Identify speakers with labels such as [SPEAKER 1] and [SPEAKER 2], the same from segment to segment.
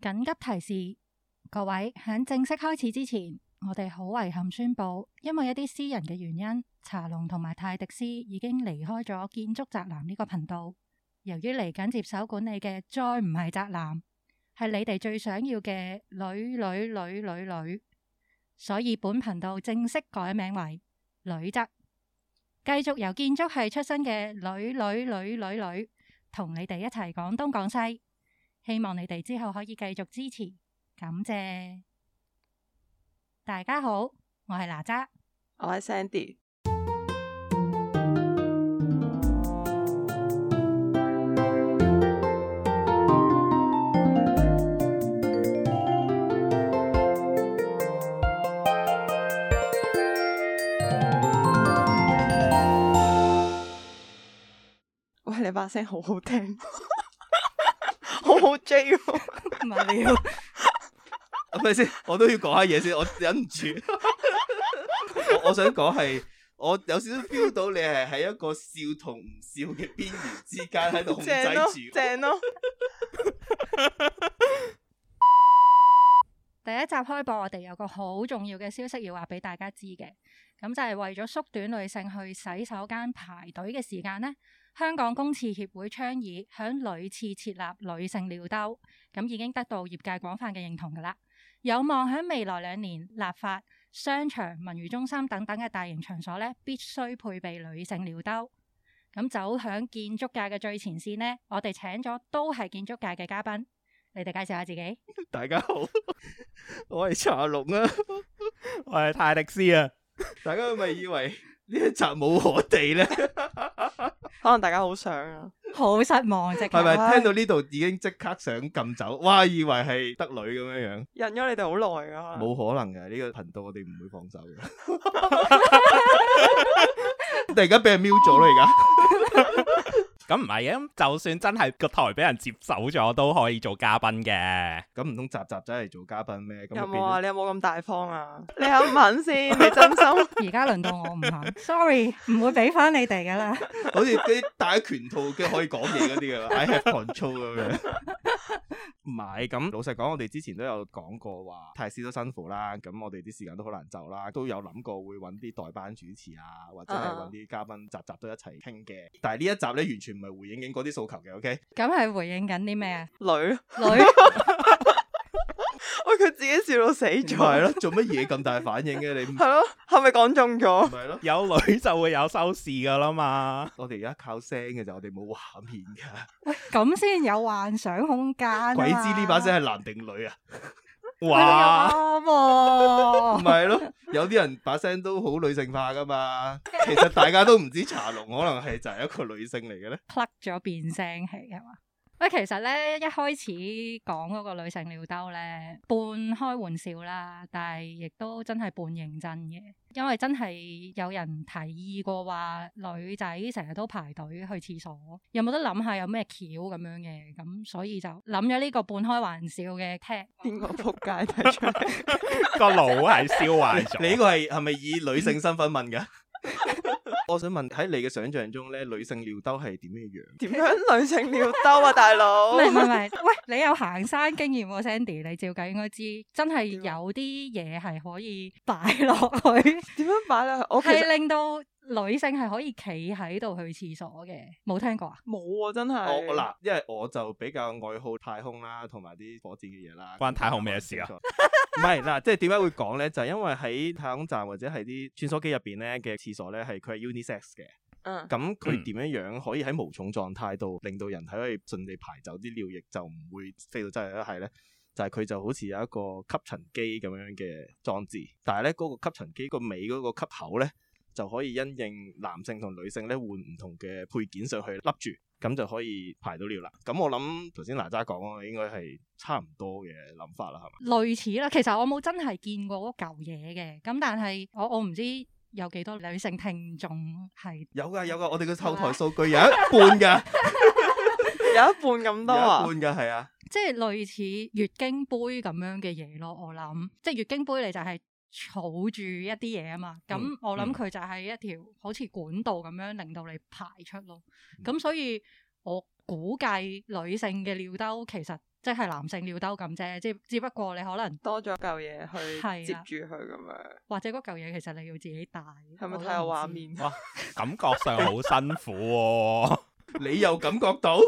[SPEAKER 1] 緊急提示各位，喺正式開始之前，我哋好遺憾宣布，因為一啲私人嘅原因，茶龍同埋泰迪斯已經離開咗建築宅男呢個頻道。由於嚟緊接手管理嘅再唔係宅男，係你哋最想要嘅女女女女女，所以本頻道正式改名為女宅，繼續由建築系出身嘅女女女女女同你哋一齊講東講西。希望你哋之後可以繼續支持，感謝大家好，我係哪吒。
[SPEAKER 2] 我係 Sandy，喂，你把聲好好聽， 好好 J 喎、
[SPEAKER 1] 唔係了，
[SPEAKER 3] 係咪先？我都要講下嘢先，我忍唔住。 我我想講係，我有少少 feel 到你係喺一個笑同唔笑嘅邊緣之間喺度控制
[SPEAKER 2] 正咯
[SPEAKER 3] 住。
[SPEAKER 2] 正咯，
[SPEAKER 1] 第一集開播，我哋有個好重要嘅消息要話俾大家知嘅，咁就係為咗縮短女性去洗手間排隊嘅時間呢，香港公廁協會倡議響女廁設立女性尿兜，咁已經得到業界廣泛嘅認同㗎啦。有望喺未來兩年立法，商場、文娛中心等等嘅大型場所呢，必須配備女性尿兜。咁走響建築界嘅最前線呢，我哋請咗都係建築界嘅嘉賓，你哋介紹下自己。
[SPEAKER 3] 大家好， 我係茶龍啊！
[SPEAKER 4] 我係泰迪斯啊，
[SPEAKER 3] 大家係咪以為呢一集冇我哋 咧？
[SPEAKER 2] 可能大家好想啊，
[SPEAKER 1] 好失望，即刻
[SPEAKER 3] 係咪聽到呢度已經即刻想撳走？哇！以為係得女咁樣樣，
[SPEAKER 2] 忍咗你哋好耐
[SPEAKER 4] 啊
[SPEAKER 2] 噶，
[SPEAKER 3] 冇可能嘅呢、個頻道，我哋唔會放手嘅。 突然間俾人瞄咗啦，而家。
[SPEAKER 4] 咁唔係嘅，咁就算真係個台俾人接手咗，都可以做嘉賓嘅。
[SPEAKER 3] 咁唔通集集真係做嘉賓咩？咁
[SPEAKER 2] 有
[SPEAKER 3] 就
[SPEAKER 2] 冇
[SPEAKER 3] 變
[SPEAKER 2] 啊？
[SPEAKER 3] 咗
[SPEAKER 2] 你有冇咁大方啊？ 你肯唔肯先？你真心
[SPEAKER 1] 而家輪到我唔肯 ，sorry，唔會俾翻你哋噶啦。
[SPEAKER 3] 好似嗰啲戴咗拳套嘅可以講嘢嗰啲㗎，I have control 咁樣。唔係，咁老實講，我哋之前都有講過話，泰斯都辛苦啦，咁我哋啲時間都好難就啦，都有諗過會揾啲代班主持啊，或者係揾啲嘉賓集集都一齊傾嘅。但係呢一集咧，完全唔係回應緊嗰啲訴求嘅，OK？
[SPEAKER 1] 咁係回應緊啲咩啊？
[SPEAKER 2] 女，喂，
[SPEAKER 1] 女
[SPEAKER 2] 佢自己笑到死
[SPEAKER 3] 就
[SPEAKER 2] 咗，
[SPEAKER 3] 係咯，做乜嘢咁大反應嘅你？唔
[SPEAKER 2] 係咯，係咪講中咗？
[SPEAKER 3] 係咯，
[SPEAKER 4] 有女就會有收視噶 啦嘛。
[SPEAKER 3] 我哋而家靠聲嘅就，我哋冇畫面㗎。
[SPEAKER 1] 喂，咁先有幻想空間啊嘛。
[SPEAKER 3] 鬼知呢把聲係男定女啊？
[SPEAKER 1] 喂你又
[SPEAKER 4] 哇，
[SPEAKER 2] 啊
[SPEAKER 1] 啱喎
[SPEAKER 4] 哦
[SPEAKER 3] 唔係咯，有啲人把聲都好女性化噶嘛。其實大家都唔知茶龍可能係就係一個女性嚟 嘅咧。
[SPEAKER 1] plug 咗變聲器係嘛？喂，其實咧一開始講嗰個女性尿兜咧，半開玩笑啦，但係亦都真係半認真嘅，因為真係有人提議過話女仔成日都排隊去廁所，有冇得諗下有咩橋咁樣嘅？咁所以就諗咗呢個半開玩笑嘅 tag。
[SPEAKER 2] 邊個仆街睇出嚟？
[SPEAKER 4] 個腦係燒壞咗。
[SPEAKER 3] 你呢個係係咪以女性身份問噶？ 我想問喺你嘅想像中咧，女性尿兜係點樣樣？
[SPEAKER 2] 點樣女性尿兜啊，大佬
[SPEAKER 1] 唔？係唔係唔係，喂，你有行山經驗喎，Sandy，你照計應該知，真係
[SPEAKER 2] 點啊
[SPEAKER 1] 有啲嘢係可以擺落去。
[SPEAKER 2] 點樣擺落去？ 我其
[SPEAKER 1] 係
[SPEAKER 2] 實
[SPEAKER 1] 令到女性係可以企喺度去廁所嘅，冇聽過啊？
[SPEAKER 2] 冇啊，真
[SPEAKER 3] 我
[SPEAKER 2] 係。
[SPEAKER 3] 我嗱，因為我就比較愛好太空啦，同埋啲火箭嘅嘢啦。
[SPEAKER 4] 關太空咩事啊？
[SPEAKER 3] 唔係嗱，即係點解會講咧？就係因為喺太空站或者係啲穿梭機入邊咧嘅廁所咧，係佢係 unisex 嘅。
[SPEAKER 2] 嗯，
[SPEAKER 3] 咁佢
[SPEAKER 4] 嗯
[SPEAKER 3] 點樣樣可以喺無重狀態度令到人體可以順利排走啲尿液，就唔會飛到真係一係咧？就係佢就好似有一個吸塵機咁樣嘅裝置，但係咧嗰個吸塵機個尾嗰個吸口咧就可以因應男性同女性咧換唔同嘅配件上去笠住，咁就可以排到尿啦。咁我諗頭先哪吒講嘅應該係差唔多嘅諗法啦，係嘛？
[SPEAKER 1] 類似啦，其實我冇真係見過嗰嚿嘢嘅，咁但係我我唔知有幾多女性聽眾係
[SPEAKER 3] 有㗎有㗎，啊我哋嘅後台數據有一半啊㗎，
[SPEAKER 2] 有一半咁多啊
[SPEAKER 3] 有，一半㗎係啊。
[SPEAKER 1] 即係類似月經杯咁樣嘅嘢咯。我諗即係月經杯，你就係儲住一啲嘢啊嘛。咁
[SPEAKER 4] 嗯
[SPEAKER 1] 我諗
[SPEAKER 4] 嗯
[SPEAKER 1] 佢就係一條好似管道咁樣令到你
[SPEAKER 2] 嗯
[SPEAKER 1] 排出咯。咁所以我估計女性嘅尿兜其實即係男性尿兜咁啫，只只不過你可能
[SPEAKER 2] 多咗嚿嘢去接
[SPEAKER 1] 係啊
[SPEAKER 2] 住佢咁樣，
[SPEAKER 1] 或者嗰嚿嘢其實你要自己帶，
[SPEAKER 2] 係咪
[SPEAKER 1] 我都
[SPEAKER 2] 太有
[SPEAKER 1] 唔
[SPEAKER 2] 畫
[SPEAKER 1] 知？
[SPEAKER 2] 面？
[SPEAKER 4] 哇，感覺上好辛苦喎、
[SPEAKER 3] 你又感覺到？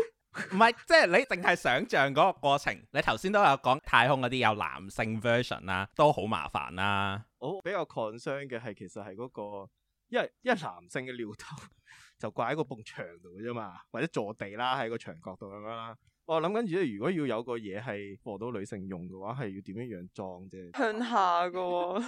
[SPEAKER 4] 唔係，即係你淨係想像嗰個過程。你頭先都有講太空嗰啲有男性 version 啦，都好麻煩啊啦。
[SPEAKER 3] 我比較 concern 嘅係其實係嗰、個，因為因為男性嘅尿兜 就掛喺個埲牆度嘅啫嘛，或者坐地啦喺個牆角度咁樣啦。我諗緊住，如果要有個嘢係播到女性用嘅話，係要點樣樣裝啫？
[SPEAKER 2] 向下噶、喎，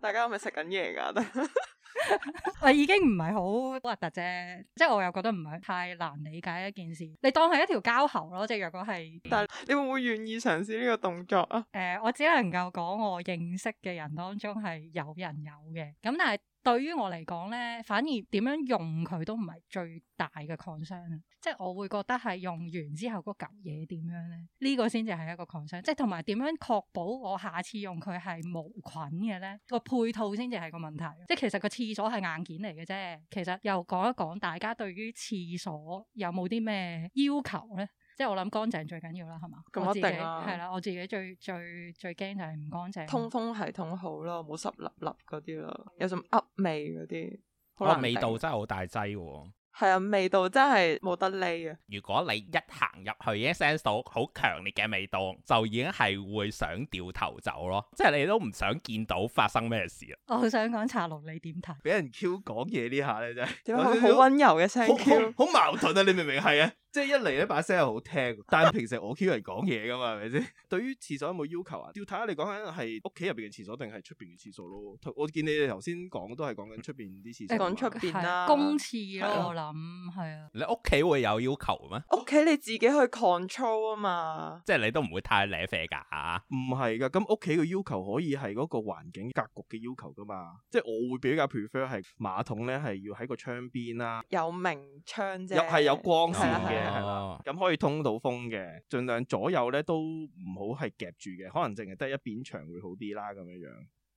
[SPEAKER 2] 大家係咪食緊嘢㗎？
[SPEAKER 1] 我已經唔係好核突啫，即係我又覺得唔係太難理解一件事。你當係一條膠喉咯，即係若果係
[SPEAKER 2] 但係你會唔會願意嘗試呢個動作啊？
[SPEAKER 1] 誒、我只能夠講我認識嘅人當中係有人有嘅，咁但係對於我嚟講咧，反而點樣用佢都唔係最大嘅 concern 啊，即係我會覺得係用完之後嗰嚿嘢點樣咧，呢、個先至係一個 concern，即係同埋點樣確保我下次用佢係無菌嘅咧，個配套先至係個問題。啊即係其實個廁所係硬件嚟嘅啫，其實又講一講大家對於廁所有冇啲咩要求咧？即係我諗乾淨最緊要啦，係嘛？
[SPEAKER 2] 咁
[SPEAKER 1] 我自己
[SPEAKER 2] 一定啦
[SPEAKER 1] 係啦，我自己最最最驚就係唔乾淨。
[SPEAKER 2] 通風系統好咯，冇濕粒粒嗰啲咯，有陣噏味嗰啲，好
[SPEAKER 4] 哇
[SPEAKER 2] 難
[SPEAKER 4] 哦味道
[SPEAKER 2] 頂
[SPEAKER 4] 真係好大劑喎。
[SPEAKER 2] 係啊，味道真係冇得匿啊！
[SPEAKER 4] 如果你一行入去已經 sense 到好強烈嘅味道，就已經係會想掉頭走咯，即係你都唔想見到發生咩事啦。
[SPEAKER 1] 我好想講茶龍，你點睇？
[SPEAKER 3] 俾人 Q 講嘢呢下咧，真係
[SPEAKER 2] 點
[SPEAKER 3] 有
[SPEAKER 2] 解
[SPEAKER 3] 少
[SPEAKER 2] 佢
[SPEAKER 3] 少
[SPEAKER 2] 好温柔嘅聲
[SPEAKER 3] 好
[SPEAKER 2] Q？
[SPEAKER 3] 好好矛盾啊！你明唔明係啊？即係一嚟咧把聲係好聽，但係平時我 Q 人講嘢噶嘛，係咪先？ 對於廁所有冇要求啊？要睇下你講緊係屋企入邊嘅廁所定係出邊嘅廁所咯。我見你頭先講都係講緊出邊啲廁所啊嘛。
[SPEAKER 2] 講出邊啦
[SPEAKER 1] 係公廁
[SPEAKER 2] 係
[SPEAKER 1] 咯，
[SPEAKER 2] 咯
[SPEAKER 1] 我諗係啊。
[SPEAKER 4] 你屋企會有要求咩？
[SPEAKER 2] 屋企你自己去 control 啊嘛，
[SPEAKER 4] 即係你都唔會太舐啡㗎。
[SPEAKER 3] 唔係噶，咁屋企嘅要求可以係嗰個環境格局嘅要求噶嘛，即係我會比較 prefer 係馬桶咧係要喺個窗邊啦，
[SPEAKER 2] 有明窗啫，
[SPEAKER 3] 有係有光線
[SPEAKER 2] 係啦啊
[SPEAKER 3] 嘅，
[SPEAKER 2] 係啦
[SPEAKER 3] 係
[SPEAKER 4] 哦
[SPEAKER 3] 啦，咁可以通到風嘅，盡量左右咧都唔好係夾住嘅，可能淨係得一邊牆會好啲啦咁樣樣。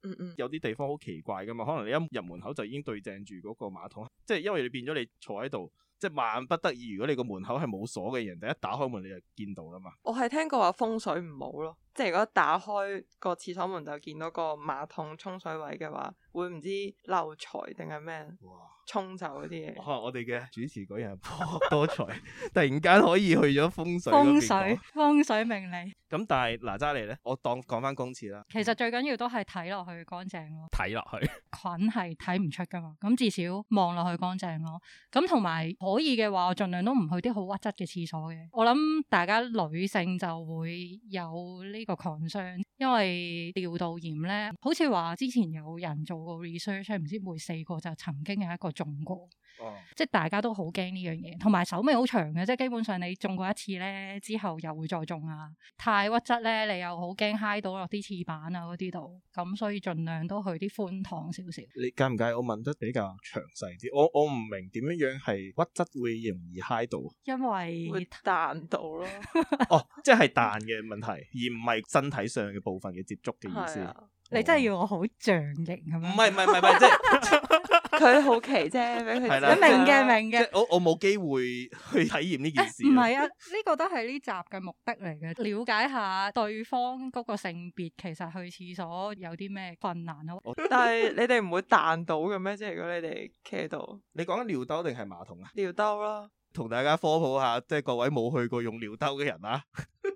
[SPEAKER 2] 嗯嗯，
[SPEAKER 3] 有啲地方好奇怪噶嘛，可能你一入門口就已經對正住嗰個馬桶，即係因為你變咗你坐喺度，即係萬不得已，如果你個門口係冇鎖嘅人，第一打開門你就見到啦嘛。
[SPEAKER 2] 我係聽過話風水唔好咯，即係如果打開個廁所門就見到個馬桶沖水位嘅話，會唔知漏財定係咩
[SPEAKER 3] 哇！
[SPEAKER 2] 沖走嗰
[SPEAKER 1] 嗯
[SPEAKER 2] 啲嘢。
[SPEAKER 4] 哦
[SPEAKER 3] 可能哦我哋嘅主持嗰人 博學多才，突然間可以去咗風水嗰
[SPEAKER 1] 風
[SPEAKER 3] 邊講
[SPEAKER 1] 水風水命理，
[SPEAKER 3] 咁但係嗱，揸嚟咧，我當講翻公廁啦。
[SPEAKER 1] 其實最緊要都係睇落去乾淨咯。
[SPEAKER 4] 睇落去，
[SPEAKER 1] 菌係睇唔出噶嘛，咁至少望落去乾淨咯。咁同埋可以嘅話，我盡量都唔去啲好屈質嘅廁所嘅。我諗大家女性就會有呢個 concern，因為尿道炎咧，好似話之前有人做過 research，唔知每四個就曾經有一個中過。
[SPEAKER 3] 哦，
[SPEAKER 1] 即係大家都好驚呢樣嘢，同埋手尾好長嘅，即係基本上你中過一次咧，之後又會再中啊。太屈質咧，你又好驚嗨到落啲廁板啊嗰啲度，咁所以盡量都去啲寬敞少少。
[SPEAKER 3] 你介唔介意我問得比較詳細啲？我我唔明點樣樣係屈質會容易嗨到啊
[SPEAKER 1] 因
[SPEAKER 2] 會
[SPEAKER 1] 為
[SPEAKER 2] 彈到咯，
[SPEAKER 3] 哦，即係彈嘅問題，而唔係身體上嘅部分嘅接觸嘅意思哦
[SPEAKER 2] 係。啊，
[SPEAKER 1] 你真係要我好象形咁
[SPEAKER 3] 唔
[SPEAKER 1] 樣，
[SPEAKER 3] 係唔係唔係唔係， 即係
[SPEAKER 2] 佢好奇啫，俾佢
[SPEAKER 3] 係
[SPEAKER 1] 你
[SPEAKER 3] 啦
[SPEAKER 2] 知
[SPEAKER 1] 明嘅
[SPEAKER 2] 啦
[SPEAKER 1] 明
[SPEAKER 3] 即
[SPEAKER 1] 嘅
[SPEAKER 3] 係。我我冇機會去體驗呢件事。
[SPEAKER 1] 唔係啊，呢個都係呢集嘅目的嚟嘅，了解下對方嗰個性別，其實去廁所有啲咩困難啊咯。
[SPEAKER 2] 但係你哋唔會彈到嘅咩？即係如果你哋企喺度
[SPEAKER 3] 你講緊尿兜定係馬桶啊？
[SPEAKER 2] 尿兜咯，
[SPEAKER 3] 同大家科普下，即係各位冇去過用尿兜嘅人啊。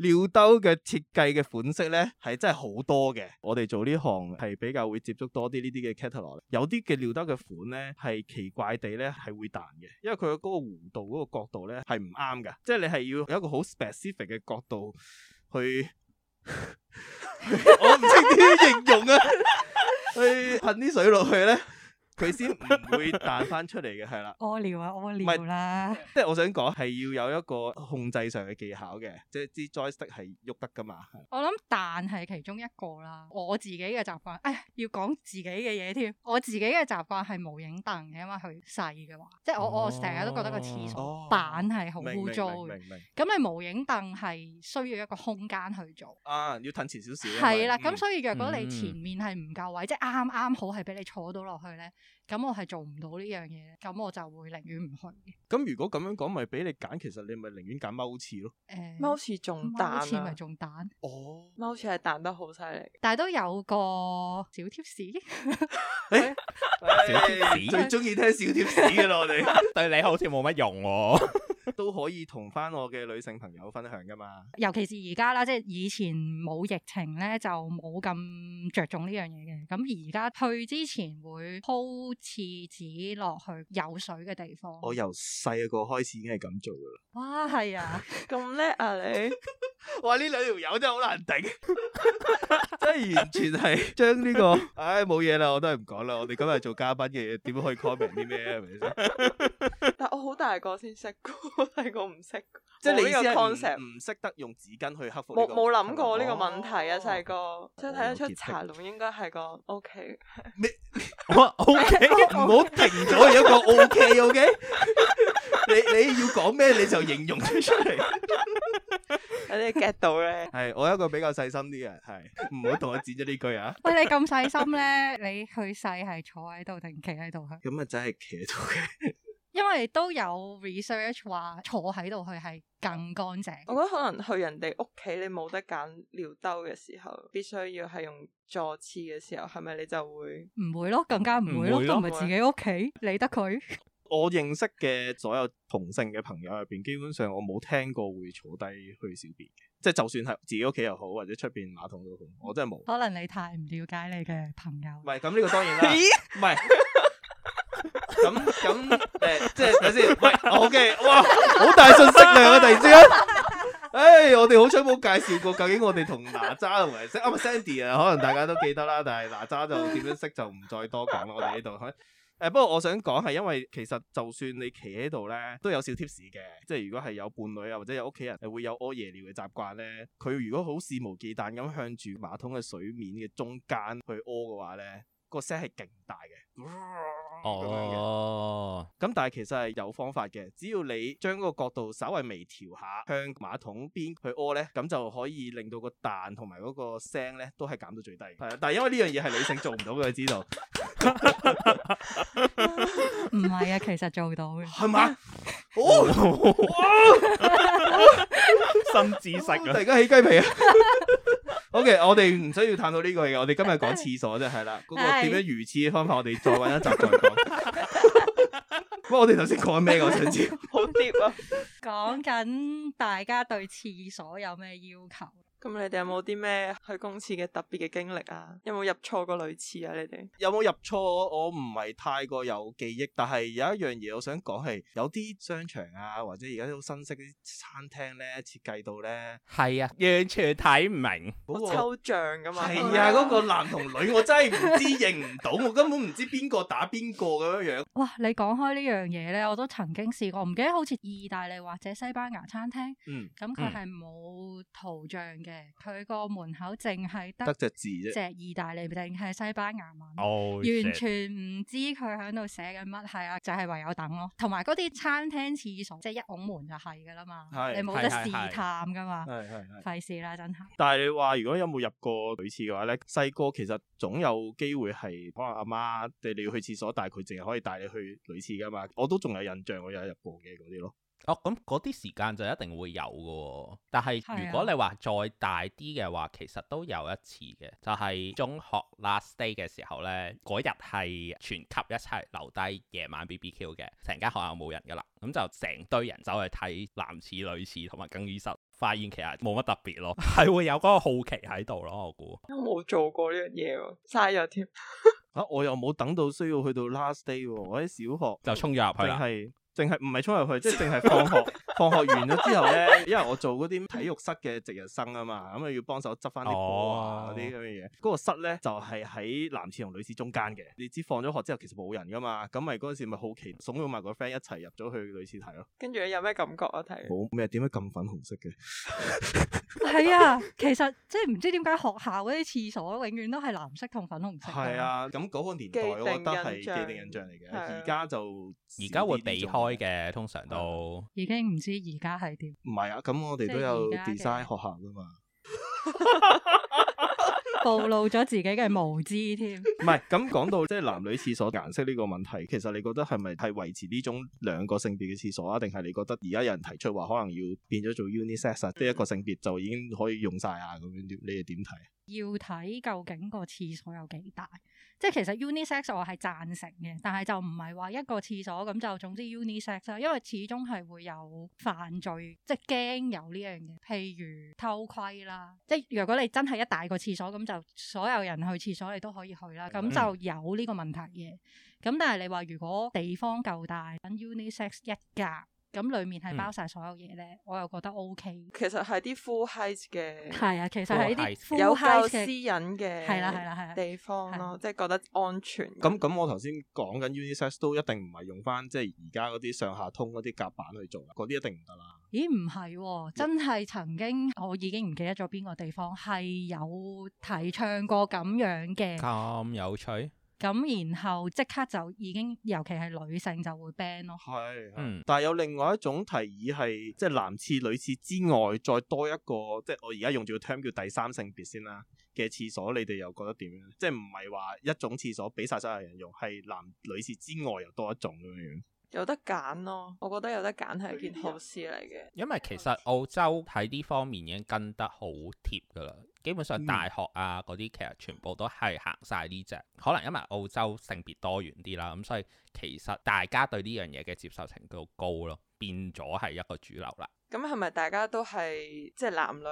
[SPEAKER 3] 尿兜嘅設計嘅款式咧，係真係好多嘅。我哋做呢行係比較會接觸多啲呢啲嘅 catalog。有啲嘅尿兜嘅款咧，係奇怪地咧係會彈嘅，因為佢嗰個弧度嗰個角度咧係唔啱㗎，即係你係要有一個好 specific 嘅角度去， 我唔識點形容啊，去噴啲水落去咧，佢先唔會彈翻出嚟嘅，係啦。
[SPEAKER 1] 屙尿啊，屙
[SPEAKER 3] 係
[SPEAKER 1] 尿啦，
[SPEAKER 3] 即係我想講係要有一個控制上嘅技巧嘅，即係支 joystick 係喐得噶嘛。
[SPEAKER 1] 我諗彈係其中一個啦。我自己嘅習慣，唉，要講自己嘅嘢添。我自己嘅習慣係無影凳嘅，因為佢細嘅話，即係我、我成日都覺得個廁
[SPEAKER 3] 哦
[SPEAKER 1] 所板係好
[SPEAKER 3] 明明
[SPEAKER 1] 污糟
[SPEAKER 3] 明
[SPEAKER 1] 嘅。
[SPEAKER 3] 明明
[SPEAKER 1] 咁你無影凳係需要一個空間去做。
[SPEAKER 3] 啊，要褪前少少啊。
[SPEAKER 1] 係啦，
[SPEAKER 3] 因為
[SPEAKER 1] 咁所以若果你
[SPEAKER 4] 嗯
[SPEAKER 3] 嗯
[SPEAKER 1] 前面係唔夠位，即係啱啱好係俾你坐到落去咧，咁我係做唔到呢樣嘢，咁我就會寧願唔去嘅。
[SPEAKER 3] 咁如果咁樣講，咪俾你揀，其實你咪寧願揀踎廁咯。
[SPEAKER 1] 誒、
[SPEAKER 2] 踎似仲彈
[SPEAKER 1] 好似咪
[SPEAKER 2] 啊，
[SPEAKER 1] 仲彈，
[SPEAKER 3] 哦，
[SPEAKER 2] 踎似係彈得好犀利。
[SPEAKER 1] 但係都有個小貼士。
[SPEAKER 4] 小貼士
[SPEAKER 3] 最中意聽小貼士嘅啦，我哋
[SPEAKER 4] 對你好似冇乜用喎。
[SPEAKER 3] 都可以同翻我嘅女性朋友分享噶嘛。
[SPEAKER 1] 尤其是而家啦，即係以前冇疫情咧，就冇咁着重呢樣嘢嘅。咁而家去之前會鋪廁紙落去有水嘅地方。
[SPEAKER 3] 我由細個開始已經係咁做噶
[SPEAKER 1] 哇，
[SPEAKER 3] 啦。
[SPEAKER 1] 係啊，
[SPEAKER 2] 咁叻啊你！
[SPEAKER 3] 哇！呢兩條友真係好難頂，真係完全係將呢個，唉冇嘢啦，我都係唔講啦。我哋今日做嘉賓嘅，點可以 comment 啲咩啊？係咪先？
[SPEAKER 2] 但我好大個先識㗎，我 細個唔識㗎。
[SPEAKER 3] 即係你
[SPEAKER 2] 冇
[SPEAKER 3] 意思
[SPEAKER 2] 呢個 concept
[SPEAKER 3] 係。唔唔識得用紙巾去克服呢
[SPEAKER 2] 冇
[SPEAKER 3] 個
[SPEAKER 2] 冇諗過呢個
[SPEAKER 3] 哦
[SPEAKER 2] 問 題啊！細個即係睇得
[SPEAKER 3] 有
[SPEAKER 2] 出
[SPEAKER 3] 潔癖
[SPEAKER 2] 茶龍應該係個 O K，
[SPEAKER 4] O K，
[SPEAKER 3] 唔好停咗而 一個 O K O K，你你要講咩你就形容出嚟。
[SPEAKER 2] 有啲 get 到咧。
[SPEAKER 3] 係我一個比較細心啲嘅，係唔好同我剪咗呢句啊。
[SPEAKER 1] 喂，你咁細心咧，你去細係坐喺度定企喺度去？
[SPEAKER 3] 咁啊真係企喺度嘅，
[SPEAKER 1] 因為都有 research 話坐喺度去係更乾淨。
[SPEAKER 2] 我覺得可能去人哋屋企，你冇得揀尿兜嘅時候，必須要係用坐廁嘅時候，係咪你就會？
[SPEAKER 1] 唔會咯，更加唔會
[SPEAKER 4] 唔
[SPEAKER 1] 咯，
[SPEAKER 4] 會
[SPEAKER 1] 都
[SPEAKER 4] 咯
[SPEAKER 1] 唔係自己屋企，理得佢。
[SPEAKER 3] 我認識嘅所有同性嘅朋友入邊，基本上我冇聽過會坐低去小便嘅，即係就算係自己屋企又好，或者出邊馬桶都好，我真係冇。
[SPEAKER 1] 可能你太唔了解你嘅朋友
[SPEAKER 3] 唔。係咁呢個當然啦，唔係咁咁誒，即係睇先。喂，OK，哇，好大信息量啊！突然之間，唉，我哋好彩冇介紹過，究竟我哋同哪吒同埋識啊唔係 Sandy 啊，可能大家都記得啦，但係哪吒就點樣識就唔再多講啦。我哋呢度可誒，不過我想講係因為其實就算你企喺度咧，都有小貼士嘅，即係如果係有伴侶啊，或者有屋企人誒會有屙夜尿嘅習慣咧，佢如果好肆無忌憚咁向住馬桶嘅水面嘅中間去屙嘅話咧，個聲係勁大嘅，咁樣嘅。
[SPEAKER 4] 哦，
[SPEAKER 3] 咁但係其實係有方法嘅，只要你將嗰個角度稍微微調下，向馬桶邊去屙呢，咁就可以令到個彈同埋嗰個聲呢都係減到最低。係啊，但係因為呢樣嘢係女性做唔到嘅，知道
[SPEAKER 1] 唔係啊，其實做到嘅。
[SPEAKER 3] 係嘛？哦，
[SPEAKER 4] 新知識
[SPEAKER 3] 突
[SPEAKER 4] 啊！
[SPEAKER 3] 然間起雞 皮啊！OK，我哋唔需要探討呢個嘢，我哋今日 講廁所啫，係啦，嗰、個點樣如廁嘅方法，我哋再揾一集再講。 喂，我哋頭先講緊咩㗎？我想知。
[SPEAKER 2] 好 deep 啊！
[SPEAKER 1] 講緊大家對廁所有咩要求？
[SPEAKER 2] 咁你哋有冇啲咩去公廁嘅特別嘅經歷啊？有冇入錯過女廁啊？你哋
[SPEAKER 3] 有冇入錯？我唔係太過有記憶，但係有一樣嘢我想講係有啲商場啊，或者而家好新式啲餐廳咧設計到咧，
[SPEAKER 4] 係啊，完全睇唔明。
[SPEAKER 2] 好
[SPEAKER 3] 嗰、個
[SPEAKER 2] 抽象噶嘛？
[SPEAKER 3] 啊係啊，嗰、個男同女我真係唔知認唔到，我根本唔知邊個打邊個咁樣樣。
[SPEAKER 1] 哇！你講開呢樣嘢咧，我都曾經試過，唔記得好似意大利或者西班牙餐廳，
[SPEAKER 3] 嗯，
[SPEAKER 1] 咁佢係冇圖像嘅，佢個門口淨係
[SPEAKER 3] 得
[SPEAKER 1] 得
[SPEAKER 3] 隻字啫。
[SPEAKER 1] 隻意大利定係西班牙文。
[SPEAKER 4] 哦，
[SPEAKER 1] 完全唔知佢喺度寫緊乜，係啊，就係、唯有等咯。同埋嗰啲餐廳廁所，即係一拱門就係噶啦嘛，
[SPEAKER 3] 係
[SPEAKER 1] 你冇得
[SPEAKER 4] 係係係
[SPEAKER 1] 試探噶嘛，
[SPEAKER 3] 係係係。
[SPEAKER 1] 費事啦，真係。
[SPEAKER 3] 但係你話如果有冇入過女廁嘅話咧，細個其實總有機會係可能阿媽你你要去廁所，但係佢淨係可以帶你去女廁噶嘛。我都仲有印象，我有入過嘅嗰啲咯。
[SPEAKER 4] 哦，咁嗰啲時間就一定會有嘅喎。但係
[SPEAKER 1] 係啊
[SPEAKER 4] 如果你話再大啲嘅話，其實都有一次嘅，就係、中學 last day 嘅時候呢，嗰日係全級一齊留低夜晚 BBQ 嘅，成間學校冇人噶啦，咁就成堆人走去睇男廁、女廁同埋更衣室，發現其實冇乜特別咯， 係會有嗰個好奇喺度咯，我估。
[SPEAKER 2] 我冇做過呢樣嘢喎，嘥咗添。
[SPEAKER 3] 啊！我又冇等到需要去到 last day 喎，我喺小學
[SPEAKER 4] 就衝咗入去
[SPEAKER 3] 淨
[SPEAKER 4] 啦，
[SPEAKER 3] 係啊淨係唔係衝入去，即係淨係放學放學完咗之後咧，因為我做嗰啲體育室嘅值日生啊嘛，咁啊要幫手執翻啲波啊
[SPEAKER 4] 哦
[SPEAKER 3] 嗰啲咁嘅嘢。嗰、個室咧就係、喺男廁同女廁中間嘅，你知放咗學之後其實冇人噶嘛，咁咪嗰陣時咪好奇慫恿埋個 friend 一齊入咗去女廁睇咯。
[SPEAKER 2] 跟住你有咩感覺啊？睇
[SPEAKER 3] 冇咩點解咁粉紅色嘅？
[SPEAKER 1] 係啊，其實即係唔知點解學校嗰啲廁所永遠都係藍色同粉紅色。
[SPEAKER 3] 係，啊，咁嗰個年代我覺得係
[SPEAKER 2] 既定印象
[SPEAKER 3] 既定印象嚟嘅，
[SPEAKER 2] 係啊
[SPEAKER 3] 而家就
[SPEAKER 4] 而家
[SPEAKER 3] 少啲
[SPEAKER 4] 會
[SPEAKER 3] 呢
[SPEAKER 4] 避
[SPEAKER 3] 種
[SPEAKER 4] 開嘅，通常都。
[SPEAKER 1] 已經唔知而家係點。
[SPEAKER 3] 唔係啊，咁我哋
[SPEAKER 1] 即
[SPEAKER 3] 都
[SPEAKER 1] 係而
[SPEAKER 3] 有
[SPEAKER 1] 家嘅
[SPEAKER 3] design 學校噶嘛。
[SPEAKER 1] 暴露咗自己嘅無知添。
[SPEAKER 3] 唔係咁講到即係男女廁所顏色呢個問題，其實你覺得係咪係維持呢種兩個性別嘅廁所啊？定係你覺得而家有人提出話可能要變咗做 unisex 啊，即係一個性別就已經可以用晒啊咁樣？你哋點睇？
[SPEAKER 1] 要睇究竟個廁所有幾大，即係其實 unisex 我係贊成嘅，但係就唔係話一個廁所咁就總之 unisex 啦，因為始終係會有犯罪，即係驚有呢樣嘢，譬如偷窺啦，即係如果你真係一大個廁所咁就所有人去廁所你都可以去啦，咁
[SPEAKER 3] 嗯
[SPEAKER 1] 就有呢個問題嘅。咁但係你話如果地方夠大，等 unisex 一格，咁裡面係包晒所有嘢咧，我又覺得 O K。
[SPEAKER 2] 其實係啲 full height 嘅，
[SPEAKER 1] 係啊，其實係呢啲
[SPEAKER 4] Full
[SPEAKER 2] 有
[SPEAKER 1] full height
[SPEAKER 2] 夠私
[SPEAKER 1] 嘅
[SPEAKER 2] 隱嘅，
[SPEAKER 1] 係啦係啦係啦
[SPEAKER 2] 地方咯，即係覺得安全。
[SPEAKER 3] 咁咁，我頭先講緊 unisex 都一定唔係用翻即係而家嗰啲上下通嗰啲夾板去做，啊嗰啲一定唔得啦。
[SPEAKER 1] 咦，唔係喎，真係曾經我已經唔記得咗邊個地方係有提倡過咁樣
[SPEAKER 3] 嗯
[SPEAKER 1] 嘅，
[SPEAKER 4] 咁有趣，
[SPEAKER 1] 咁然後即刻就已經，尤其係女性就會 ban 咯。
[SPEAKER 3] 係，
[SPEAKER 4] 嗯
[SPEAKER 3] 但係有另外一種提議係，即係男廁、女廁之外，再多一個，即係我而家用住個 term 叫第三性別先啦嘅廁所，你哋又覺得點樣？即係唔係話一種廁所俾晒所有人用，係男女廁之外又多一種咁樣樣。
[SPEAKER 2] 有得揀咯，我覺得有得揀係一件好事嚟嘅。
[SPEAKER 4] 因為其實澳洲喺呢方面已經跟得好貼噶啦，基本上
[SPEAKER 3] 嗯
[SPEAKER 4] 大學啊嗰啲其實全部都係行晒呢只，可能因為澳洲性別多元啲啦，咁所以其實大家對呢樣嘢嘅接受程度高咯，變咗係一個主流啦。
[SPEAKER 2] 咁係咪大家都係即係男女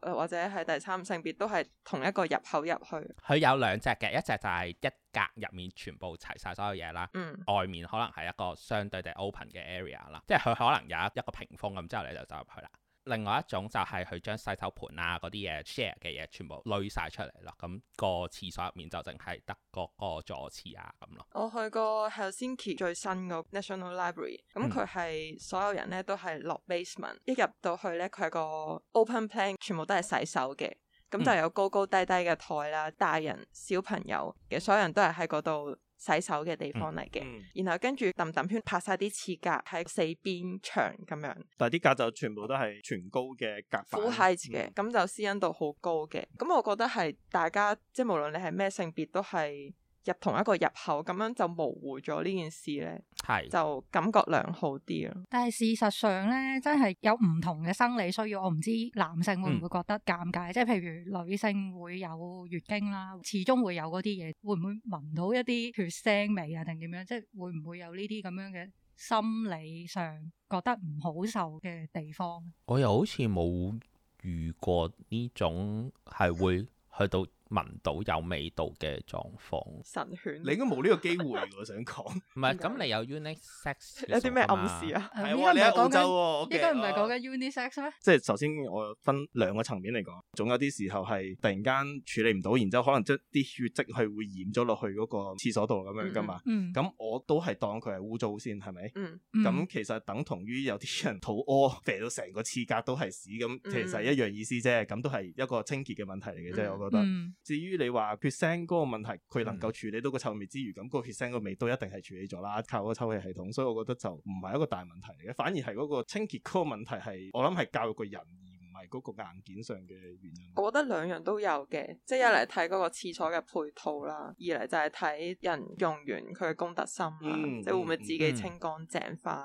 [SPEAKER 2] 呃或者係第三性別都係同一個入口入去？
[SPEAKER 4] 佢有兩隻嘅，一隻就係一格入面全部齊晒所有嘢啦。
[SPEAKER 2] 嗯，
[SPEAKER 4] 外面可能係一個相對地 open 嘅 area 啦，即係佢可能有一一個屏風咁之後你就走入去啦。另外一種就係佢將洗手盤啊嗰啲嘢 share 嘅嘢全部攞晒出嚟啦，咁、個廁所入面就淨係得個個座廁啊咁咯。
[SPEAKER 2] 我去過 Helsinki 最新個 National Library，
[SPEAKER 4] 嗯
[SPEAKER 2] 咁佢係所有人咧都係落 basement，一入到去咧佢係個 open plan，全部都係洗手嘅。咁就有高高低低嘅台啦，大人、小朋友嘅，所有人都係喺嗰度洗手嘅地方嚟嘅。然後跟住揼揼圈拍晒啲廁格喺四邊牆咁樣，
[SPEAKER 3] 但係啲架就全部都係全高嘅夾板。
[SPEAKER 2] full height 嘅，
[SPEAKER 3] 嗯
[SPEAKER 2] 咁就私隱度好高嘅。咁我覺得係大家即係無論你係咩性別，都係入同一個入口，咁樣就模糊咗呢件事咧，
[SPEAKER 4] 係，
[SPEAKER 2] 就感覺良好啲啊咯。
[SPEAKER 1] 但係事實上咧，真係有唔同嘅生理需要，我唔知男性
[SPEAKER 3] 嗯
[SPEAKER 1] 會唔會覺得尷尬，即係譬如女性會有月經啦，始終會有嗰啲嘢，會唔會聞到一啲血腥味啊，定點樣？即係會唔會有呢啲咁樣嘅心理上覺得唔好受嘅地方？
[SPEAKER 4] 我又好似冇遇過呢種係會去到聞到有味道嘅狀況。
[SPEAKER 2] 神犬，
[SPEAKER 3] 你應該冇呢個機會喎，我想講。
[SPEAKER 4] 唔係，咁你有 unisex
[SPEAKER 2] 有啲咩暗示
[SPEAKER 4] 啊？
[SPEAKER 2] 啊？
[SPEAKER 1] 係
[SPEAKER 3] 係喎，你喺澳洲喎，
[SPEAKER 1] 應該唔係講緊 unisex 咩？
[SPEAKER 3] 即係首先我分兩個層面嚟講，總有啲時候係突然間處理唔到，然之後可能將啲血跡係會染咗落去嗰個廁所度咁樣噶嘛。
[SPEAKER 1] 嗯，
[SPEAKER 3] 咁我都係當佢係污糟先，係咪？
[SPEAKER 2] 嗯，
[SPEAKER 1] 嗯
[SPEAKER 3] 咁其實等同於有啲人肚屙，肥到成個廁格都係屎，咁其實係一樣意思啫。咁都係一個清潔嘅問題嚟嘅啫，
[SPEAKER 2] 嗯
[SPEAKER 3] 我覺得。
[SPEAKER 1] 嗯嗯
[SPEAKER 3] 至於你話血腥嗰個問題，佢能夠處理到個臭味之餘，咁、個血腥個味都一定係處理咗啦，靠個抽氣系統，所以我覺得就唔係一個大問題嚟嘅，反而係嗰個清潔嗰個問題係，我諗係教育個人而唔係嗰個硬件上嘅原因。
[SPEAKER 2] 我覺得兩樣都有嘅，即係一嚟睇嗰個廁所嘅配套啦，二嚟就係睇人用完佢嘅公德心啦，
[SPEAKER 3] 嗯
[SPEAKER 2] 即係會唔會自己
[SPEAKER 4] 嗯
[SPEAKER 2] 清乾淨翻？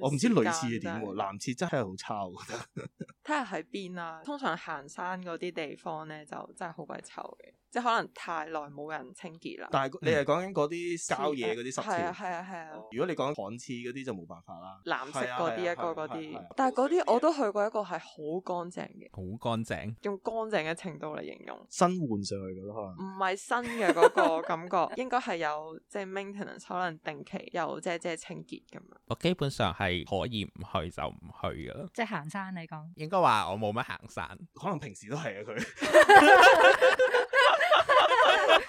[SPEAKER 3] 我唔知女廁係點
[SPEAKER 2] 真係
[SPEAKER 3] 喎，男廁真係好差，我覺得。
[SPEAKER 2] 睇下喺邊啦。通常行山嗰啲地方咧，就真係好鬼臭嘅，即係可能太耐冇人清潔啦。
[SPEAKER 3] 但係你係講緊嗰啲郊野嗰啲濕
[SPEAKER 2] 係啊
[SPEAKER 3] 廁。
[SPEAKER 2] 係啊係啊，
[SPEAKER 3] 如果你講旱廁嗰啲就冇辦法啦，
[SPEAKER 2] 藍色
[SPEAKER 3] 係啊
[SPEAKER 2] 嗰啲
[SPEAKER 3] 係
[SPEAKER 2] 一
[SPEAKER 3] 啊
[SPEAKER 2] 個
[SPEAKER 3] 係
[SPEAKER 2] 嗰
[SPEAKER 3] 啊係啊係
[SPEAKER 2] 啲
[SPEAKER 3] 啊，
[SPEAKER 2] 但係嗰啲我都去過一個係好乾淨嘅，
[SPEAKER 4] 好乾淨，
[SPEAKER 2] 用乾淨嘅程度嚟形容。
[SPEAKER 3] 新換上去嘅咯，可能。
[SPEAKER 2] 唔係新嘅嗰個感覺， 應該係有即係 maintenance，可能定期有姐姐清潔咁樣。
[SPEAKER 4] 我基本上係可以唔去就唔去噶啦。
[SPEAKER 1] 即係行山嚟講，
[SPEAKER 4] 應該話我冇乜行山，
[SPEAKER 3] 可能平時都係 啊佢。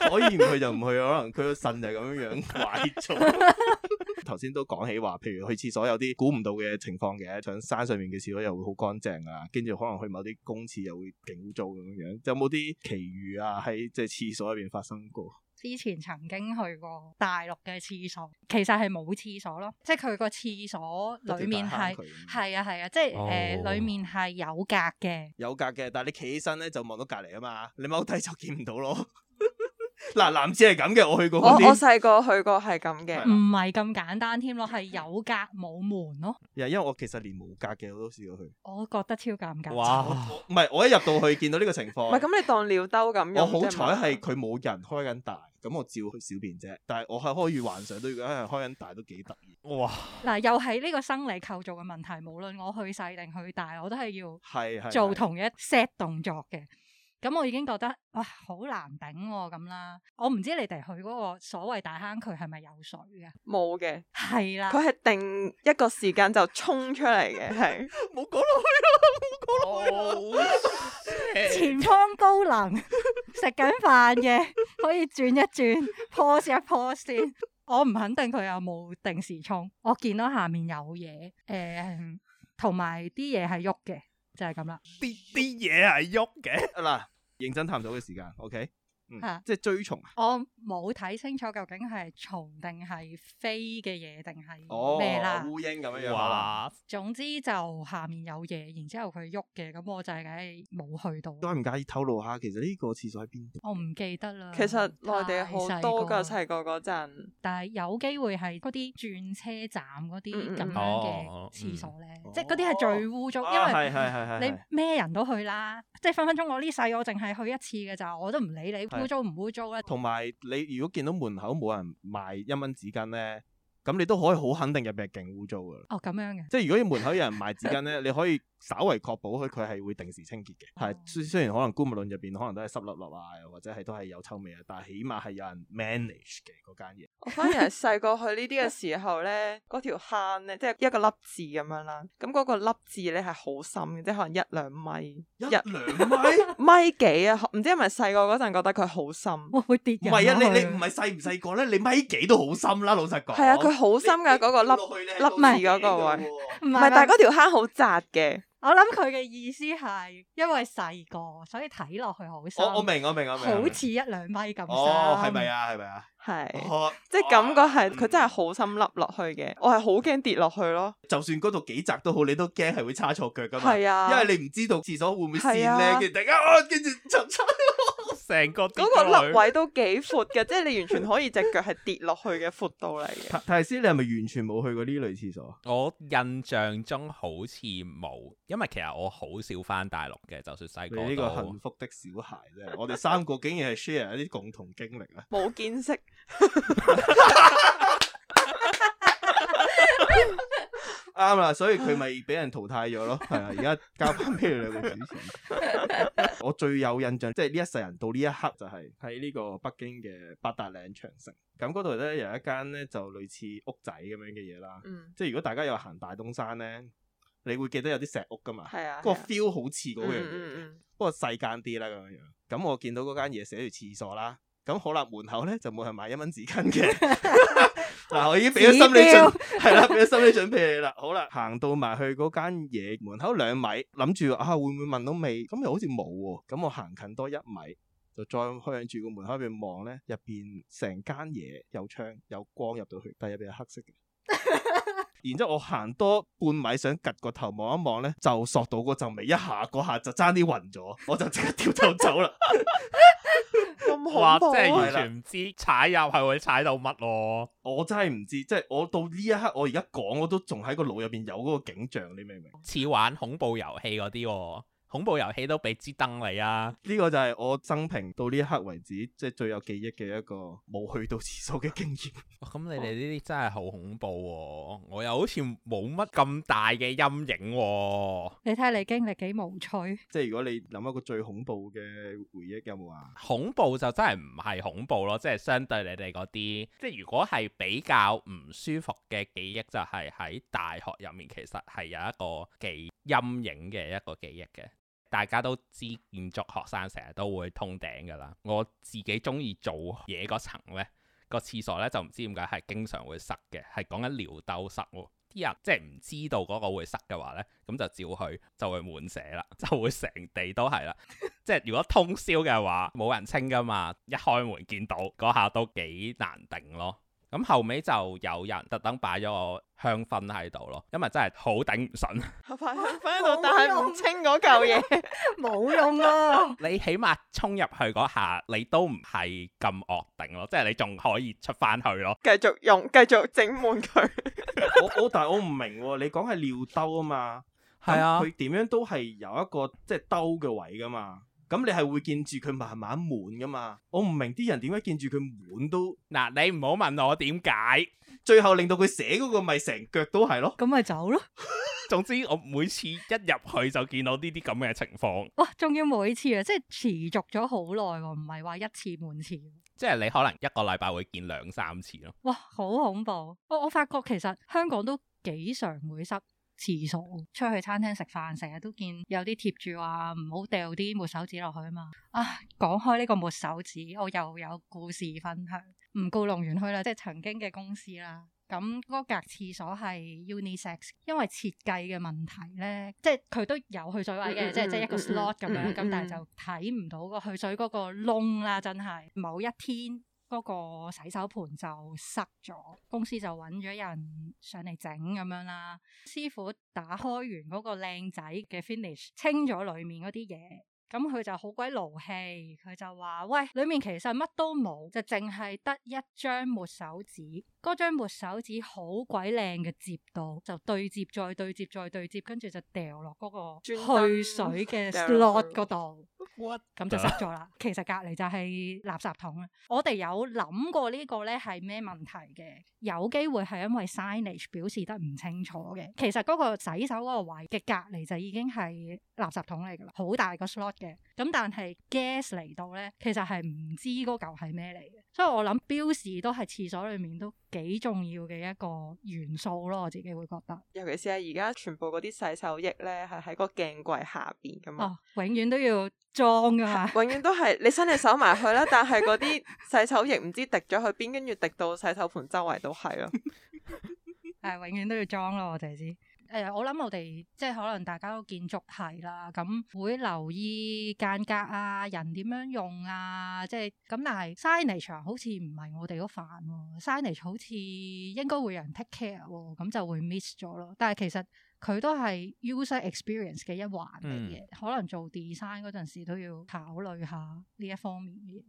[SPEAKER 3] 可以唔去就唔去，可能佢個腎就係咁樣樣 壞咗。頭先都講起話，譬如去廁所有啲估唔到嘅情況嘅，上山上面嘅廁所又會好乾淨啊，跟住可能去某啲公廁又會勁污糟咁樣樣。有冇啲奇遇啊？喺即係廁所入邊發生過？
[SPEAKER 1] 之前曾經去過大陸嘅廁所，其實係冇廁所咯，即係佢個廁所裡面係
[SPEAKER 3] 一條大坑渠咁
[SPEAKER 1] 係啊係啊，即係誒、呃
[SPEAKER 4] 哦
[SPEAKER 1] 裡面係有格嘅。
[SPEAKER 3] 有格嘅，但係你企起身咧就望到隔離啊嘛，你踎低就見唔到咯。嗱，男廁係哦咁嘅，我去過
[SPEAKER 2] 我
[SPEAKER 3] 嗰
[SPEAKER 2] 我
[SPEAKER 3] 啲，
[SPEAKER 2] 細個去過係咁嘅
[SPEAKER 1] 唔，係咁簡單添咯，係有格冇門咯，
[SPEAKER 3] 又因為我其實連冇格嘅我都試過去。
[SPEAKER 1] 我覺得超尷尬。
[SPEAKER 4] 哇！
[SPEAKER 3] 我唔係，我一入到去見到呢個情
[SPEAKER 2] 唔係
[SPEAKER 3] 況，
[SPEAKER 2] 咁你當尿兜咁用
[SPEAKER 3] 我哦好
[SPEAKER 2] 啫嘛
[SPEAKER 3] 彩係佢冇人開緊大，咁我照去小便啫。但係我係開住幻想都，如果係開緊大都幾得意。
[SPEAKER 4] 哇！
[SPEAKER 1] 嗱，又係呢個生理構造嘅問題，無論我去細定去大，我都係要
[SPEAKER 3] 係係
[SPEAKER 1] 做
[SPEAKER 3] 係
[SPEAKER 1] 同一 set 動作嘅。咁我已經覺得哇，好難頂喎咁啦。我唔知你哋去嗰個所謂大坑渠係咪有水嘅？
[SPEAKER 2] 冇嘅，
[SPEAKER 1] 係啦，
[SPEAKER 2] 佢係定一個時間就衝出嚟 嘅，係
[SPEAKER 3] 冇講落
[SPEAKER 4] 啊
[SPEAKER 3] 去啦，冇講落去啦。
[SPEAKER 1] 前方高能， 食緊飯嘅可以轉一轉，pause 一 pause 先。我唔肯定佢有冇定時沖，我見到下面有嘢，誒、同埋啲嘢係喐嘅，就係咁啦。
[SPEAKER 4] 啲啲嘢係喐嘅，
[SPEAKER 3] 嗱，認真探討嘅時間，OK，嗯
[SPEAKER 1] 嚇，
[SPEAKER 3] 即係追從啊，
[SPEAKER 1] 我冇睇清楚究竟係蟲定係飛嘅嘢定
[SPEAKER 3] 哦，
[SPEAKER 1] 係咩啦。
[SPEAKER 3] 烏蠅咁樣樣，啊
[SPEAKER 4] 哇！
[SPEAKER 1] 總之就下面有嘢，然之後佢喐嘅，咁我就係梗係冇去到，
[SPEAKER 3] 可能都係唔介意透露下，其實呢個廁所喺邊度？
[SPEAKER 1] 我唔記得啦。
[SPEAKER 2] 其實內地
[SPEAKER 1] 嗯太細
[SPEAKER 2] 好多
[SPEAKER 1] 個
[SPEAKER 2] 噶，細個嗰陣，
[SPEAKER 1] 但係有機會係嗰啲轉車站嗰啲
[SPEAKER 2] 嗯嗯
[SPEAKER 1] 咁樣
[SPEAKER 2] 嗯
[SPEAKER 4] 哦
[SPEAKER 1] 嘅
[SPEAKER 4] 哦
[SPEAKER 1] 廁所咧，
[SPEAKER 3] 嗯
[SPEAKER 1] 即係嗰啲係最污糟，因
[SPEAKER 3] 啊
[SPEAKER 1] 為
[SPEAKER 3] 係係係係
[SPEAKER 1] 你咩人都去啦，即係分分鐘我呢世我淨係去一次嘅咋，我都唔理你
[SPEAKER 3] 係
[SPEAKER 1] 污糟唔污糟啦。
[SPEAKER 3] 同埋你如果見到門口冇人賣一蚊紙巾咧，咁你都可以好肯定入邊係勁污糟噶啦。
[SPEAKER 1] 哦咁樣嘅，
[SPEAKER 3] 即係如果門口有人賣紙巾 咧，你可以稍為確保佢佢係會定時清潔嘅。係
[SPEAKER 1] 哦
[SPEAKER 3] 雖雖然可能觀物論入邊可能都係濕立立啊，又或者係都係有臭味啊，但係起碼係有人 manage 嘅嗰間嘢。
[SPEAKER 2] 我反而係細個去呢啲嘅時候咧，嗰條坑咧，即係一個粒字咁樣啦，咁嗰個粒字咧係好深嘅，即係可能一兩米，一
[SPEAKER 3] 兩米？
[SPEAKER 2] 米幾啊，唔知係咪細個嗰陣覺得佢好深，
[SPEAKER 1] 哇會跌
[SPEAKER 3] 唔
[SPEAKER 1] 人
[SPEAKER 3] 係啊，
[SPEAKER 1] 落
[SPEAKER 3] 你
[SPEAKER 1] 去
[SPEAKER 3] 你唔係細唔細個咧？你米幾都好深啦，老實講。
[SPEAKER 2] 係啊，佢好深噶嗰個粒，唔
[SPEAKER 3] 粒
[SPEAKER 2] 粒字嗰個位
[SPEAKER 1] 唔
[SPEAKER 2] 係，但係
[SPEAKER 1] 係
[SPEAKER 2] 嗰條坑好窄嘅，
[SPEAKER 1] 我諗佢嘅意思係因為細個，所以睇落去好深，
[SPEAKER 3] 我我明我明我明。我
[SPEAKER 1] 好
[SPEAKER 3] 明
[SPEAKER 1] 似一兩米咁深。
[SPEAKER 3] 哦，係咪？啊？係咪啊？嗯
[SPEAKER 2] 係，
[SPEAKER 3] 哦
[SPEAKER 2] 即係感覺係佢真係好深粒落去嘅，我係好驚跌落去咯，
[SPEAKER 3] 就算嗰度幾窄都好，你都驚係會叉錯腳噶嘛。
[SPEAKER 2] 係啊
[SPEAKER 3] 因為你唔知道廁所會唔會跣
[SPEAKER 2] 係
[SPEAKER 3] 咧，
[SPEAKER 2] 啊
[SPEAKER 3] 跟住突然間啊，跟住就叉。
[SPEAKER 4] 成個
[SPEAKER 2] 嗰個粒位都幾闊嘅，即係你完全可以隻腳係跌落去嘅闊度嚟 嘅。
[SPEAKER 3] 泰斯，你係咪完全冇去過呢類廁所？啊
[SPEAKER 4] 我印象中好似冇，因為其實我好少翻大陸嘅，就算細
[SPEAKER 3] 你呢個
[SPEAKER 4] 個都
[SPEAKER 3] 幸福的小孩啫，我哋三個竟然係 share 一啲共同經歷啊！
[SPEAKER 2] 冇見識，
[SPEAKER 3] 啱啦，所以 佢咪俾人淘汰咗咯。係啊，而家交翻俾你兩個主持。 我最有印象，即係呢一世人到呢一刻就係喺呢個北京嘅八達嶺長城。咁嗰度咧有一間咧就類似屋仔咁樣嘅嘢啦。
[SPEAKER 2] 嗯，
[SPEAKER 3] 即係如果大家有行大東山咧，你會記得有啲石屋噶嘛，
[SPEAKER 2] 係啊，
[SPEAKER 3] 嗰個
[SPEAKER 2] 係啊
[SPEAKER 3] feel 好似嗰樣
[SPEAKER 2] 嗯
[SPEAKER 3] 嘢，
[SPEAKER 2] 嗯
[SPEAKER 3] 不過細間啲啦咁樣樣。咁我見到嗰間嘢寫住廁所啦，咁好啦，門口咧就冇人買一蚊紙 巾嘅。嗱，我已經俾咗心理準，係啦，俾咗心理準備你啦。好啦，行到埋去嗰間嘢門口兩米，諗住啊會唔會聞到味？咁又好似冇喎。咁我行近多一米。就再向住個門口入邊望咧，入邊成間嘢有窗有光入到去，但係入邊係黑色嘅。然之後我行多半米，想趌個頭望一望咧，就索到嗰陣味，一下嗰下就爭啲暈 咗，我就即刻掉頭走啦。
[SPEAKER 2] 咁恐怖
[SPEAKER 4] 哇，
[SPEAKER 2] 啊，
[SPEAKER 4] 即 係完全唔知踩入係會踩到乜咯。
[SPEAKER 3] 我真係唔知，即係我到呢一刻，我而家講我都仲喺個腦入邊有嗰個景象，你明唔明？
[SPEAKER 4] 似玩恐怖遊戲嗰啲喎，恐怖遊戲都俾支燈你啊！
[SPEAKER 3] 呢個就係我生平到呢一刻為止，即係最有記憶嘅一個冇去到廁所嘅經驗。
[SPEAKER 4] 哇哦咁、你哋呢啲真係好恐怖喎、我又好似冇乜咁大嘅陰影喎、
[SPEAKER 1] 你睇下你經歷幾無趣。
[SPEAKER 3] 即係如果你諗一個最恐怖嘅回憶有冇啊？
[SPEAKER 4] 恐怖就真係唔係恐怖咯，即係相對你哋嗰啲，即係如果係比較唔舒服嘅記憶，就係喺大學入面，其實係有一個幾陰影嘅一個記憶嘅。大家都知建築學生成日都會通頂噶啦，我自己中意做嘢嗰層呢個廁所呢，就唔知點解係經常會塞嘅，係講緊尿兜塞喎。啲人即係唔知道嗰個會塞嘅話咧，咁就照去就會滿寫啦，就會成地都係啦。即係如果通宵嘅話，冇人清噶嘛，一開門見到嗰下都幾難定咯。咁後尾就有人特登擺咗個香薰喺度咯，因為真係好頂唔順。
[SPEAKER 2] 我擺喺擺喺度，但係唔清嗰嚿 嘢。
[SPEAKER 1] 冇用啊！
[SPEAKER 4] 你起碼衝入去嗰下，你都唔係咁惡頂咯，即係你仲可以出翻去咯。
[SPEAKER 2] 繼續用，繼續整滿佢。
[SPEAKER 3] 我我但係我唔明喎，你講係尿兜啊嘛，
[SPEAKER 4] 係啊
[SPEAKER 3] 咁佢點樣都係有一個即係兜嘅位噶嘛，咁你係會見住佢慢慢滿噶嘛，我唔明啲人點解見住佢滿都，
[SPEAKER 4] 嗱，你唔好問我點解，
[SPEAKER 3] 最後令到佢寫嗰個咪成腳都係咯，
[SPEAKER 1] 咁咪走咯。
[SPEAKER 4] 總之我每次一入去就見到呢啲咁嘅情況，
[SPEAKER 1] 哇，仲要每次啊，即係持續咗好耐喎，唔係話一次半次。
[SPEAKER 4] 即係你可能一個禮拜會見兩三次咯。
[SPEAKER 1] 哇，好恐怖！我我發覺其實香港都幾常會塞廁所，出去餐廳食飯成日都見有啲貼住話唔好掉啲抹手紙落去啊嘛。啊，講開呢個抹手紙，我又有故事分享。唔告龍園區啦，即係曾經嘅公司啦。咁嗰格廁所係 unisex，因為設計嘅問題咧，即係佢都有去水位嘅，
[SPEAKER 2] 嗯嗯
[SPEAKER 1] 即係即係一個
[SPEAKER 2] 嗯嗯
[SPEAKER 1] slot 咁樣，
[SPEAKER 2] 嗯嗯
[SPEAKER 1] 咁但係就睇唔到個去水嗰個窿啦，真係某一天。嗰個洗手盆就塞咗，公司就揾咗人上嚟整咁樣啦。師傅打開完嗰個靚仔嘅 finish，清咗裡面嗰啲嘢，咁佢就好鬼勞氣，佢就話：喂，裡面其實乜都冇，就淨係得一張抹手紙。嗰張抹手紙好鬼靚嘅接到，就對接再對接再對接，跟住就掉落嗰個
[SPEAKER 2] 專
[SPEAKER 1] 去水嘅
[SPEAKER 2] 登掉落
[SPEAKER 1] slot
[SPEAKER 2] 去
[SPEAKER 1] 嗰度。咁就塞咗啦。其實隔離就係垃圾桶啦。我哋有諗過呢個咧係咩問題嘅？有機會係因為 signage 表示得唔清楚嘅。其實嗰個洗手嗰個位嘅隔離就已經係垃圾桶嚟㗎啦，好大個 slot 嘅。咁但係 gas 嚟到咧，其實係唔知嗰嚿係咩嚟嘅。所以我諗標示都係廁所裡面都幾重要嘅一個元素咯。我自己會覺得，
[SPEAKER 2] 尤其是係而家全部嗰啲洗手液咧，係喺個鏡櫃下邊噶嘛。
[SPEAKER 1] 哦，永遠都要裝㗎嘛。
[SPEAKER 2] 永遠都係你伸隻手埋去啦，但係嗰啲 洗手液唔知滴咗去邊，跟住滴到洗手盆周圍都係咯。
[SPEAKER 1] 係永遠都要裝咯，我哋知。誒、我諗我哋即係可能大家都建築系啦，咁會留意間隔啊，人點樣用啊，即係咁。但係 signage 啊好似唔係我哋嗰範喎，signage 好似應該會有人 take care 喎，咁就會 miss 咗咯。但係其實佢都係 user experience 嘅一環嚟
[SPEAKER 2] 嗯
[SPEAKER 1] 嘅，可能做 design 嗰陣時都要考慮下呢一方面嘅嘢。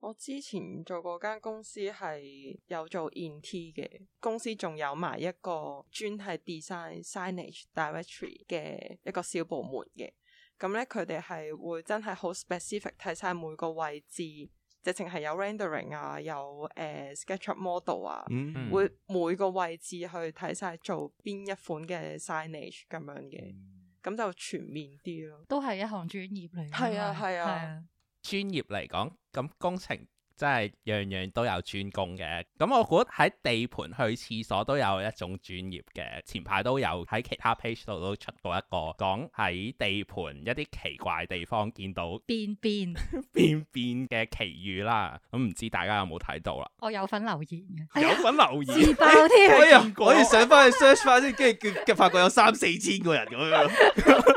[SPEAKER 2] 我之前做過間公司係有做 in T 嘅，公司仲有埋一個專係 design signage directory 嘅一個小部門嘅。咁咧佢哋係會真係好 specific 睇晒每個位置，直情係有 rendering 啊，有誒、呃 SketchUp model 啊。
[SPEAKER 3] 嗯
[SPEAKER 2] 會每個位置去睇晒做邊一款嘅 signage 咁樣嘅，
[SPEAKER 3] 嗯
[SPEAKER 2] 咁就全面啲咯。
[SPEAKER 1] 都係一項專業嚟㗎嘛，
[SPEAKER 2] 係啊係啊
[SPEAKER 4] 專業嚟講，咁工程真係樣樣都有專攻嘅。咁我估喺地盤去廁所都有一種專業嘅。前排都有喺其他 page 度都出過一個講喺地盤一啲奇怪地方見到
[SPEAKER 1] 邊邊。
[SPEAKER 4] 便便嘅奇遇啦。咁唔知大家有冇睇到啦？
[SPEAKER 1] 我有份留言嘅，哎
[SPEAKER 4] 有
[SPEAKER 1] 呀，
[SPEAKER 4] 份 留言。
[SPEAKER 1] 自爆添，
[SPEAKER 3] 我
[SPEAKER 4] 見
[SPEAKER 3] 又
[SPEAKER 4] 過
[SPEAKER 3] 我要上翻去 search 翻先，跟住佢發覺有三四千個人咁樣，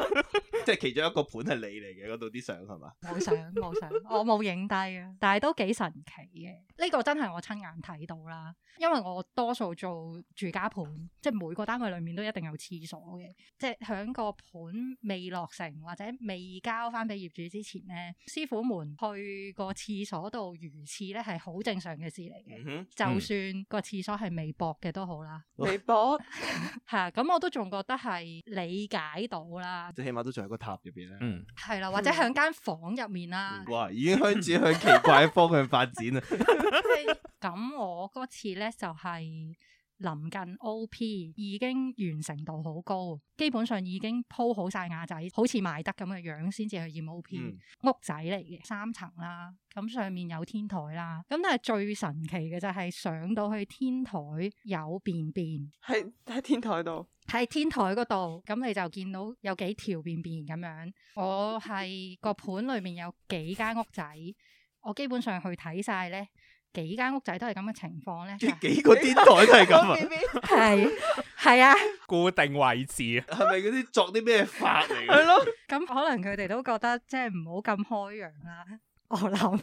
[SPEAKER 3] 即係其中一個盤係你嚟嘅嗰度啲相係嘛？
[SPEAKER 1] 冇相冇相，我冇影低嘅，但係都幾神奇嘅。呢、個真係我親眼睇到啦，因為我多數做住家盤，即係每個單位裡面都一定有廁所嘅，即係響個盤未落成或者未交翻俾業主之前咧，師傅們去個廁所度如廁咧係好正常嘅事嚟嘅。
[SPEAKER 3] 哼，
[SPEAKER 1] 就算個廁所係未駁嘅都好啦，
[SPEAKER 2] 微博
[SPEAKER 1] 係啊咁我都仲覺得係理解到啦，
[SPEAKER 3] 即係起碼都仲喺個塔入邊啦。
[SPEAKER 4] 嗯，
[SPEAKER 1] 係啦，或者喺間房入面啦。
[SPEAKER 3] 哇！已經開始向奇怪嘅方向發展啦。
[SPEAKER 1] 咁我嗰次咧就係、臨近 O.P. 已經完成度好高，基本上已經鋪好晒瓦仔，好似賣得咁嘅樣先至去驗 O.P.、
[SPEAKER 3] 嗯
[SPEAKER 1] 屋仔嚟嘅，三層啦，咁上面有天台啦，咁但係最神奇嘅就係上到去天台有便便。
[SPEAKER 2] 喺喺天台度，
[SPEAKER 1] 喺天台嗰度，咁你就見到有幾條便便咁樣。我係個盤裏面有幾間屋仔，我基本上去睇晒咧，幾間屋仔都係咁嘅情況 咧，
[SPEAKER 3] 幾幾個天台都 係咁啊！
[SPEAKER 1] 係係啊，
[SPEAKER 4] 固定位置，啊
[SPEAKER 3] 係咪嗰啲作啲咩法嚟
[SPEAKER 2] 係
[SPEAKER 3] 嘅？
[SPEAKER 2] 咯，
[SPEAKER 1] 咁可能佢哋都覺得即係唔好咁開揚啦，我諗。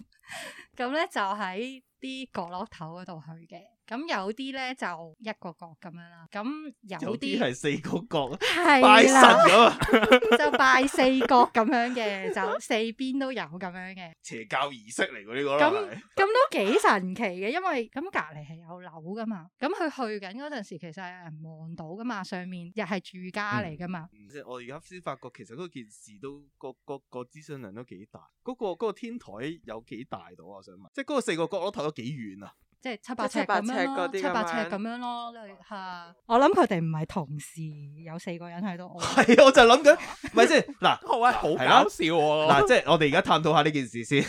[SPEAKER 1] 咁咧就喺啲角落頭嗰度去嘅，咁有啲咧就一個角咁樣啦，咁有
[SPEAKER 3] 有啲
[SPEAKER 1] 啲
[SPEAKER 3] 係四個角，啊拜
[SPEAKER 1] 係
[SPEAKER 3] 神
[SPEAKER 1] 啦，
[SPEAKER 3] 咁啊！
[SPEAKER 1] 就拜四角咁樣嘅，就四邊都有咁樣嘅。
[SPEAKER 3] 邪教儀式嚟嘅呢個
[SPEAKER 1] 咁
[SPEAKER 3] 啦，係
[SPEAKER 1] 咁都幾神奇嘅，因為咁隔離係有樓噶嘛，咁佢去緊嗰陣時，其實係有人望到噶嘛，上面又係住家嚟噶嘛，
[SPEAKER 3] 嗯即係我而家先發覺，其實嗰件事都個個個資訊量都幾大，嗰、個嗰個天台有幾大到啊？我想問，即係嗰個四個角落頭有幾遠啊？
[SPEAKER 1] 即係七八尺
[SPEAKER 2] 即係七八
[SPEAKER 1] 咁
[SPEAKER 2] 尺
[SPEAKER 1] 樣咯，
[SPEAKER 2] 嗰啲哦
[SPEAKER 1] 七八
[SPEAKER 2] 咁
[SPEAKER 1] 尺
[SPEAKER 2] 樣
[SPEAKER 1] 咁樣咯，嚇！我諗佢哋唔係同時有四個人喺 度，啊我
[SPEAKER 3] 係，我就諗緊， 咪先 嗱
[SPEAKER 1] 哦
[SPEAKER 4] 好啊，好
[SPEAKER 3] 係啦
[SPEAKER 4] 搞笑喎！
[SPEAKER 3] 嗱，即係我哋而家探討下呢件事先。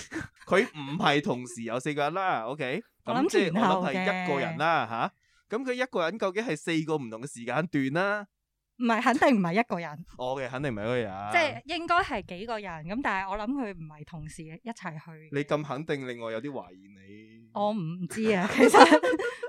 [SPEAKER 3] 佢唔係同時有四個人啦，OK？
[SPEAKER 1] 我
[SPEAKER 3] 咁
[SPEAKER 1] 諗
[SPEAKER 3] 即係
[SPEAKER 1] 前後
[SPEAKER 3] 我諗係一個人啦，吓。咁佢一個人究竟係四個唔同嘅時間段啦？
[SPEAKER 1] 唔係肯定唔係一個 人，
[SPEAKER 3] 我嘅肯定唔係嗰個人。
[SPEAKER 2] 啊
[SPEAKER 1] 即係應該係幾個人咁，但係我諗佢唔係同時一齊去。
[SPEAKER 3] 你咁肯定，令我有啲懷疑你。
[SPEAKER 1] 我唔知啊， 其實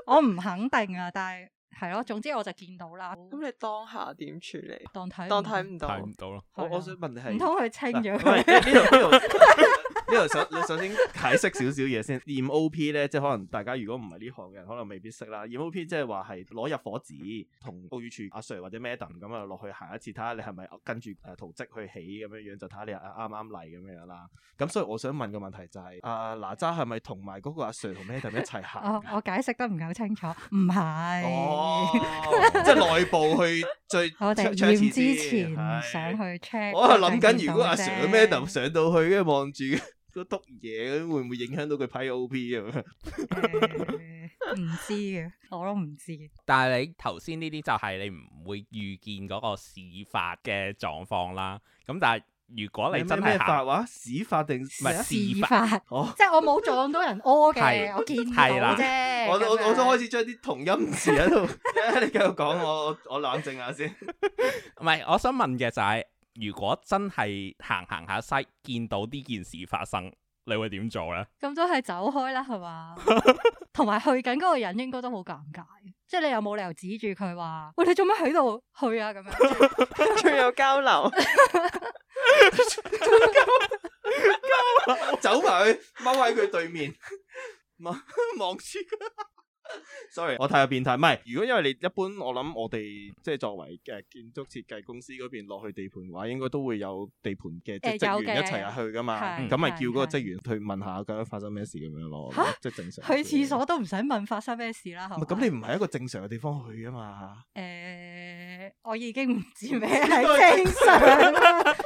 [SPEAKER 1] 我唔肯定啊，但係係咯，總之我就見到啦，
[SPEAKER 2] 咁你當下點處理？
[SPEAKER 1] 當睇
[SPEAKER 2] 當睇唔到
[SPEAKER 4] 睇，唔到咯，
[SPEAKER 3] 我我想
[SPEAKER 1] 唔
[SPEAKER 3] 問你係
[SPEAKER 1] 通佢清咗
[SPEAKER 3] 唔係
[SPEAKER 1] 佢？
[SPEAKER 3] 呢度呢度呢度首你首先解釋少少嘢先。驗 O P 咧，即係可能大家如果唔係呢行嘅人，可能未必識啦。驗 O P 即係話係攞入伙紙，同屋宇署阿 Sir 或者 Madam 咁啊落去行一次，睇下你係咪跟住誒圖則去起咁樣樣，就睇下你啱啱嚟咁樣啦。咁所以我想問個問題就係、阿哪吒係咪同埋嗰個阿 Sir 同 Madam 一齊行？
[SPEAKER 1] 哦我我解釋得唔夠清楚，唔係。
[SPEAKER 3] 哦，即係內部去最
[SPEAKER 1] 我哋
[SPEAKER 3] check- check 一次
[SPEAKER 1] 驗之前
[SPEAKER 3] 先係
[SPEAKER 1] 想去 check，
[SPEAKER 3] 我係諗緊，如果阿 Sir 咩
[SPEAKER 1] 就
[SPEAKER 3] 就上到去，跟住望住 嗰篤嘢，咁會唔會影響到佢批 O P 咁樣？
[SPEAKER 1] 唔知嘅，我都唔知。
[SPEAKER 4] 但係你頭先呢啲就係你唔會預見嗰個事發嘅狀況啦。咁但係如果你
[SPEAKER 3] 咩
[SPEAKER 4] 真
[SPEAKER 3] 咩
[SPEAKER 4] 係
[SPEAKER 3] 法
[SPEAKER 4] 行
[SPEAKER 3] 話屎法定啊
[SPEAKER 4] 唔係
[SPEAKER 1] 事
[SPEAKER 4] 事
[SPEAKER 1] 發，
[SPEAKER 3] 哦？
[SPEAKER 1] 即係我冇撞到人屙嘅，
[SPEAKER 4] 係
[SPEAKER 1] 我見到
[SPEAKER 4] 係啦
[SPEAKER 1] 啫。
[SPEAKER 3] 我我我都開
[SPEAKER 1] 始
[SPEAKER 3] 始將啲同音字喺度， 你繼續講，我我我冷靜下先。
[SPEAKER 4] 唔係，我想問嘅就係、如果真係行行下西，見到呢件事發生，你會點做呢？
[SPEAKER 1] 咁都係走開啦，係 嘛？同埋去緊嗰個人應該都好尷尬，即係你又冇理由指住佢話：喂，你做乜喺度去啊？咁樣
[SPEAKER 2] 仲有交流，
[SPEAKER 3] 走埋去，踎喺佢對面，望 望住佢。Sorry，我太有變態。唔係，如果因為你一般，我諗我哋即係作為嘅建築設計公司嗰邊落去地盤嘅話，應該都會有地盤嘅
[SPEAKER 1] 誒
[SPEAKER 3] 職職員
[SPEAKER 1] 有嘅
[SPEAKER 3] 一
[SPEAKER 1] 有
[SPEAKER 3] 齊
[SPEAKER 1] 嘅
[SPEAKER 3] 去噶嘛。
[SPEAKER 1] 係
[SPEAKER 3] 咁咪叫
[SPEAKER 1] 係
[SPEAKER 3] 嗰個
[SPEAKER 1] 係
[SPEAKER 3] 職員去問下究竟發生咩事咁樣咯
[SPEAKER 1] 吓，
[SPEAKER 3] 即係正常。
[SPEAKER 1] 去廁。所都啊唔使問發生咩事啦，係
[SPEAKER 3] 唔
[SPEAKER 1] 嘛？
[SPEAKER 3] 係咁，你唔係一個正常嘅地方去啊嘛。
[SPEAKER 1] 誒、呃我已經唔知咩係正常啦，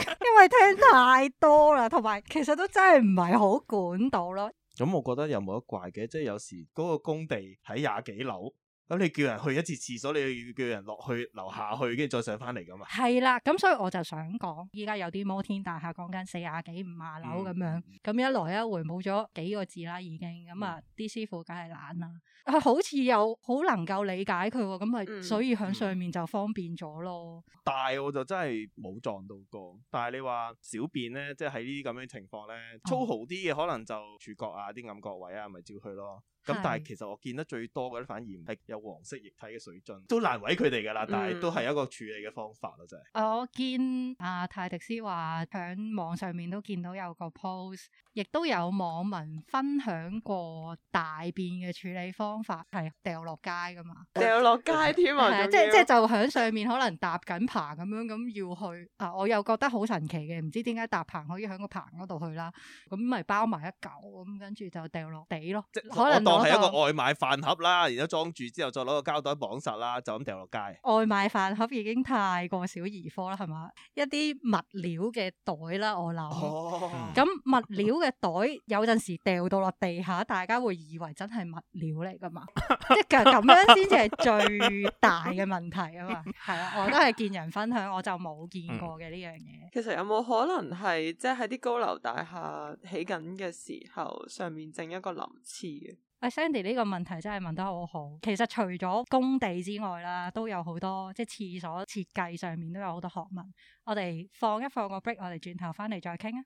[SPEAKER 1] 因為聽太多啦，同埋其實都真係唔係好管到咯。
[SPEAKER 3] 咁我覺得又冇得怪嘅，即係有時嗰個工地喺廿幾樓，咁你叫人去一次廁所，你要叫人落去樓下去，跟住再上翻嚟噶嘛。
[SPEAKER 1] 係啦，咁所以我就想講，依家有啲摩天大廈講緊四廿幾五廿樓咁樣，咁、一來一回冇咗幾個字啦，已經咁啊，啲師傅梗係懶啦。佢好似又好能夠理解佢喎，咁咪、
[SPEAKER 2] 嗯
[SPEAKER 1] 所以響上面就方便咗咯。
[SPEAKER 3] 大我就真係冇撞到過，但係你話小便咧，即係喺呢啲咁樣情況咧，粗豪啲嘅可能就柱角啊、啲暗角位啊，咪照去咯。咁
[SPEAKER 1] 係
[SPEAKER 3] 但係其實我見得最多嘅咧，反而係有黃色液體嘅水樽，都難為佢哋㗎啦。但係
[SPEAKER 2] 嗯
[SPEAKER 3] 都係一個處理嘅方法咯，真係。
[SPEAKER 1] 我見阿泰迪斯話喺網上面都見到有個 post，亦都有網民分享過大便嘅處理方法係掉落街噶嘛，
[SPEAKER 2] 掉落街添
[SPEAKER 1] 係
[SPEAKER 2] 啊！
[SPEAKER 1] 啊
[SPEAKER 2] 仲
[SPEAKER 1] 即係即係
[SPEAKER 2] 要
[SPEAKER 1] 就喺上面可能搭緊棚咁樣咁要去啊，我又覺得好神奇嘅，唔知點解搭棚可以喺個棚嗰度去啦，咁咪包埋一嚿咁，跟住就掉落地咯，
[SPEAKER 3] 即
[SPEAKER 1] 可能
[SPEAKER 3] 我當
[SPEAKER 1] 攞
[SPEAKER 3] 係一
[SPEAKER 1] 個
[SPEAKER 3] 個外賣飯盒啦，然後裝住之後再攞個膠袋綁實啦，就咁掉落街。
[SPEAKER 1] 外賣飯盒已經太過小兒科啦，係嘛？一啲物料嘅袋啦，我諗。
[SPEAKER 3] 哦
[SPEAKER 1] 咁物料嘅袋有陣時掉到落地下，大家會以為真係物料嚟噶嘛？即係咁樣先至係最大嘅問題啊嘛。係啊，我都係見人分享，我就冇見過嘅呢樣嘢。
[SPEAKER 2] 其實有冇可能係即係喺啲高樓大廈起緊嘅時候，上面整一個臨廁嘅？
[SPEAKER 1] 阿哎 Sandy 呢個問題真係問得好好。其實除咗工地之外啦，都有好多即係廁所設計上面都有好多學問。我哋放一放個 break，我哋轉頭翻嚟再傾啊。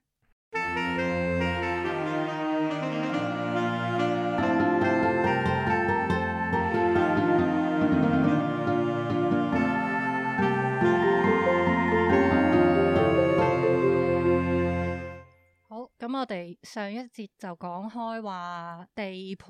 [SPEAKER 1] 我哋上一節就講開話地盤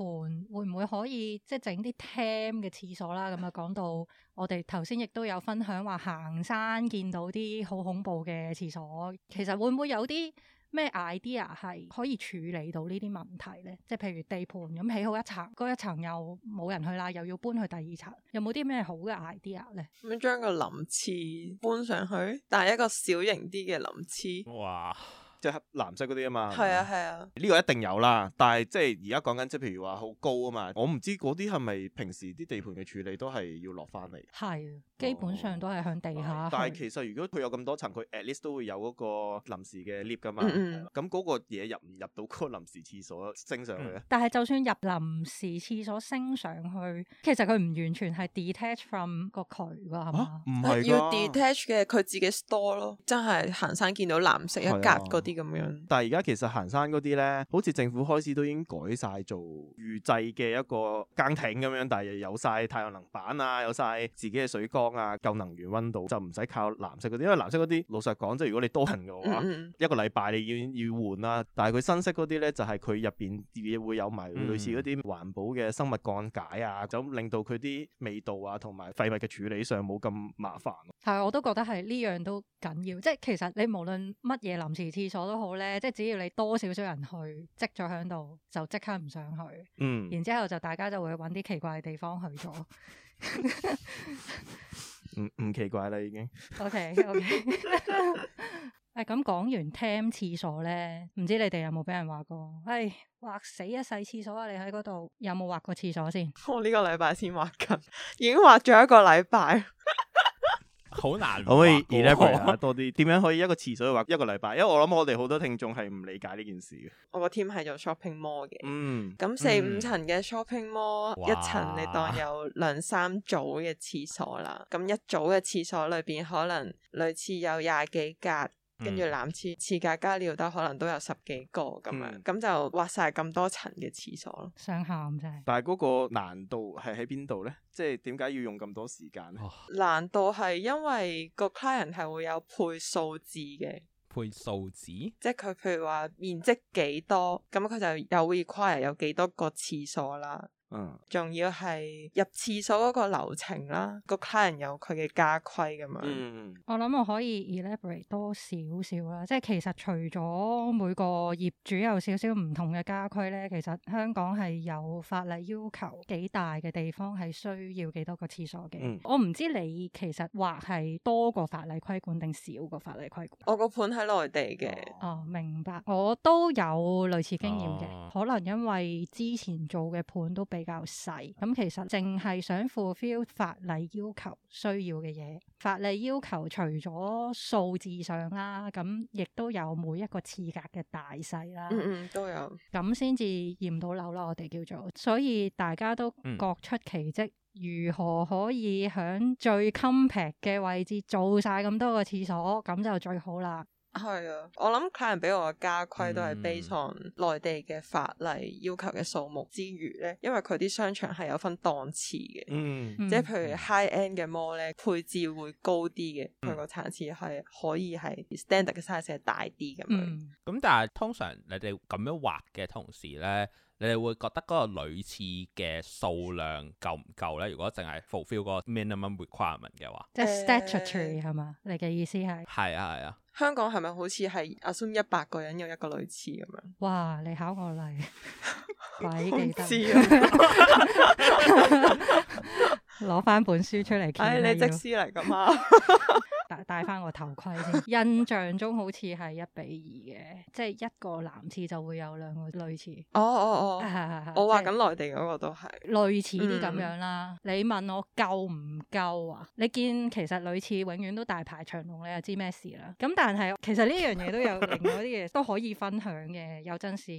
[SPEAKER 1] 會唔會可以即係整啲 tem 嘅廁所啦，咁啊講到我哋頭先亦都有分享話行山見到啲好恐怖嘅廁所，其實會唔會有啲咩 idea 係可以處理到呢啲問題呢？即係譬如地盤咁起好一層，嗰一層又冇人去啦，又要搬去第二層，有冇啲咩好嘅 idea 呢？
[SPEAKER 2] 咁將個林廁搬上去，但係一個小型啲嘅林廁。
[SPEAKER 4] 哇！
[SPEAKER 3] 即係藍色嗰啲啊嘛。
[SPEAKER 2] 係啊係啊，
[SPEAKER 3] 呢個一定有啦，但係即係而家講緊，即係譬如話好高啊嘛，我唔知嗰啲係咪平時啲地盤嘅處理都係要落翻嚟。啊
[SPEAKER 1] 係基本上都係向地
[SPEAKER 2] 啊
[SPEAKER 1] 下去。
[SPEAKER 3] 但啊哦係其實如果佢有咁多層，佢 at least 都會有嗰個臨時嘅 lift 噶嘛。
[SPEAKER 2] 嗯嗯
[SPEAKER 3] 係啦咁嗰個嘢入唔入到嗰個臨時廁所升上去啊咧？
[SPEAKER 1] 但係就算入臨時廁所升上去，其實佢唔完全係 detach from 個渠㗎，係嘛？
[SPEAKER 3] 唔
[SPEAKER 2] 係
[SPEAKER 3] 係
[SPEAKER 2] 嗯啊要
[SPEAKER 3] 㗎。
[SPEAKER 2] detach 嘅，佢自己 store 咯，真係行山見到藍色一格
[SPEAKER 3] 係啊
[SPEAKER 2] 嗰啲咁樣。
[SPEAKER 3] 但係而家其實行山嗰啲咧，好似政府開始都已經改晒做預製嘅一個更艇咁樣，但係有晒太陽能板啊，有晒自己嘅水缸啊，夠能源温度，就唔使靠藍色嗰啲，因為藍色嗰啲老實講，即係如果你多人嘅話。
[SPEAKER 2] 嗯嗯，
[SPEAKER 3] 一個禮拜你要要換啦，但係佢新式嗰啲咧就係佢入邊嘢會有埋
[SPEAKER 4] 嗯
[SPEAKER 3] 類似嗰啲環保嘅生物降解啊，咁令到佢啲味道啊同埋廢物嘅處理上冇咁麻煩咯。
[SPEAKER 1] 係，我都覺得係呢樣都緊要。即係其實你無論乜嘢臨時廁所都好咧，即係只要你多少少人去積咗喺度，就即刻唔上去。
[SPEAKER 3] 嗯，
[SPEAKER 1] 然之後就大家就會揾啲奇怪嘅地方去咗。
[SPEAKER 3] 唔唔奇怪啦已經。
[SPEAKER 1] OK OK 。誒咁講完 tem 廁所咧，唔知你哋有冇俾人話過？唉，畫死一世廁所啊！你喺嗰度有冇畫過廁所先？
[SPEAKER 2] 我呢個禮拜先畫緊，已經畫咗一個禮拜。
[SPEAKER 4] 好難啊
[SPEAKER 3] 可唔可以
[SPEAKER 4] 畫喎
[SPEAKER 3] elaborate 下多啲？點樣可以一個廁所畫一個禮拜？因為我諗我哋好多聽眾係唔理解呢件事嘅。
[SPEAKER 2] 我個 team 係做 shopping mall 嘅。
[SPEAKER 3] 嗯，
[SPEAKER 2] 咁四
[SPEAKER 4] 嗯
[SPEAKER 2] 五層嘅 shopping mall，
[SPEAKER 4] 哇
[SPEAKER 2] 一層你當有兩三組嘅廁所啦。咁一組嘅廁所裏邊可能類似有廿幾格， 跟住
[SPEAKER 4] 嗯
[SPEAKER 2] 男廁廁格加尿兜可能都有十幾個咁樣，
[SPEAKER 3] 嗯
[SPEAKER 2] 咁就畫晒咁多層嘅廁所咯。
[SPEAKER 1] 想喊真係。
[SPEAKER 3] 但係嗰個難度係喺邊度咧？即係點解要用咁多時間咧？
[SPEAKER 4] 哦
[SPEAKER 2] 難度係因為個 client 係會有配數字嘅，
[SPEAKER 4] 配數字？
[SPEAKER 2] 即係佢譬如話面積幾多，咁佢就有 require 有幾多個廁所啦。
[SPEAKER 3] 嗯，
[SPEAKER 2] 仲要係入廁所嗰個流程啦，個 client 有佢嘅家規咁樣。
[SPEAKER 3] 嗯，
[SPEAKER 1] 我諗我可以 elaborate 多少少啦，即係其實除咗每個業主有少少唔同嘅家規咧，其實香港係有法例要求幾大嘅地方係需要幾多個廁所嘅。
[SPEAKER 3] 嗯
[SPEAKER 1] 我唔知你其實話係多過法例規管定少過法例規管。
[SPEAKER 2] 我個盤喺內地嘅，
[SPEAKER 1] 哦，明白。我都有類似經驗嘅，
[SPEAKER 4] 哦
[SPEAKER 1] 可能因為之前做嘅盤都比較細，咁其實淨係想 fulfill 法例要求需要嘅嘢。法例要求除咗數字上啦，咁亦都有每一個廁格嘅大細啦。
[SPEAKER 2] 嗯嗯都有。
[SPEAKER 1] 咁先至驗到樓啦，我哋叫做，所以大家都
[SPEAKER 4] 嗯
[SPEAKER 1] 各出奇蹟，如何可以喺最 compact 嘅位置做晒咁多個廁所，咁就最好啦。
[SPEAKER 2] 係啊，我諗 client 俾我嘅家規都係
[SPEAKER 4] 嗯
[SPEAKER 2] base on 內地嘅法例要求嘅數目之餘咧，因為佢啲商場係有分檔次嘅。
[SPEAKER 3] 嗯，
[SPEAKER 1] 嗯嗯
[SPEAKER 2] 即係譬如 high end 嘅 mall 咧，配置會高啲嘅，佢個層次係可以係 standard 嘅 size 係大啲咁樣。
[SPEAKER 1] 嗯，
[SPEAKER 4] 咁但係通常你哋咁樣畫嘅同時呢，你哋會覺得嗰個女廁嘅數量夠唔夠呢？如果淨係 fulfill 嗰個 minimum requirement 嘅話，
[SPEAKER 1] 即係
[SPEAKER 2] 誒
[SPEAKER 1] statutory 係嘛？你嘅意思係？
[SPEAKER 4] 係啊係啊，
[SPEAKER 2] 香港係咪好似係 assume 一百個人有一個女廁咁樣？
[SPEAKER 1] 哇！你考我 例，鬼
[SPEAKER 2] 我
[SPEAKER 1] 記
[SPEAKER 2] 唔
[SPEAKER 1] 得
[SPEAKER 2] 知啊
[SPEAKER 1] 攞翻本書出嚟，
[SPEAKER 2] 唉、
[SPEAKER 1] 揭啦
[SPEAKER 2] 你則
[SPEAKER 1] 啊要
[SPEAKER 2] 師嚟噶 嘛？
[SPEAKER 1] 戴戴翻個頭盔先。印象中好似係一比二嘅，即係一個男廁就會有兩個類似。
[SPEAKER 2] 哦哦
[SPEAKER 1] 啊
[SPEAKER 2] 哦，我話
[SPEAKER 1] 話
[SPEAKER 2] 緊內地嗰個都係，
[SPEAKER 1] 類似啲咁樣啦。你問我夠唔夠啊？你見其實類似永遠都大排長龍，你就知咩事啦。咁但係其實呢樣嘢都有另外啲嘢都可以分享嘅。有陣時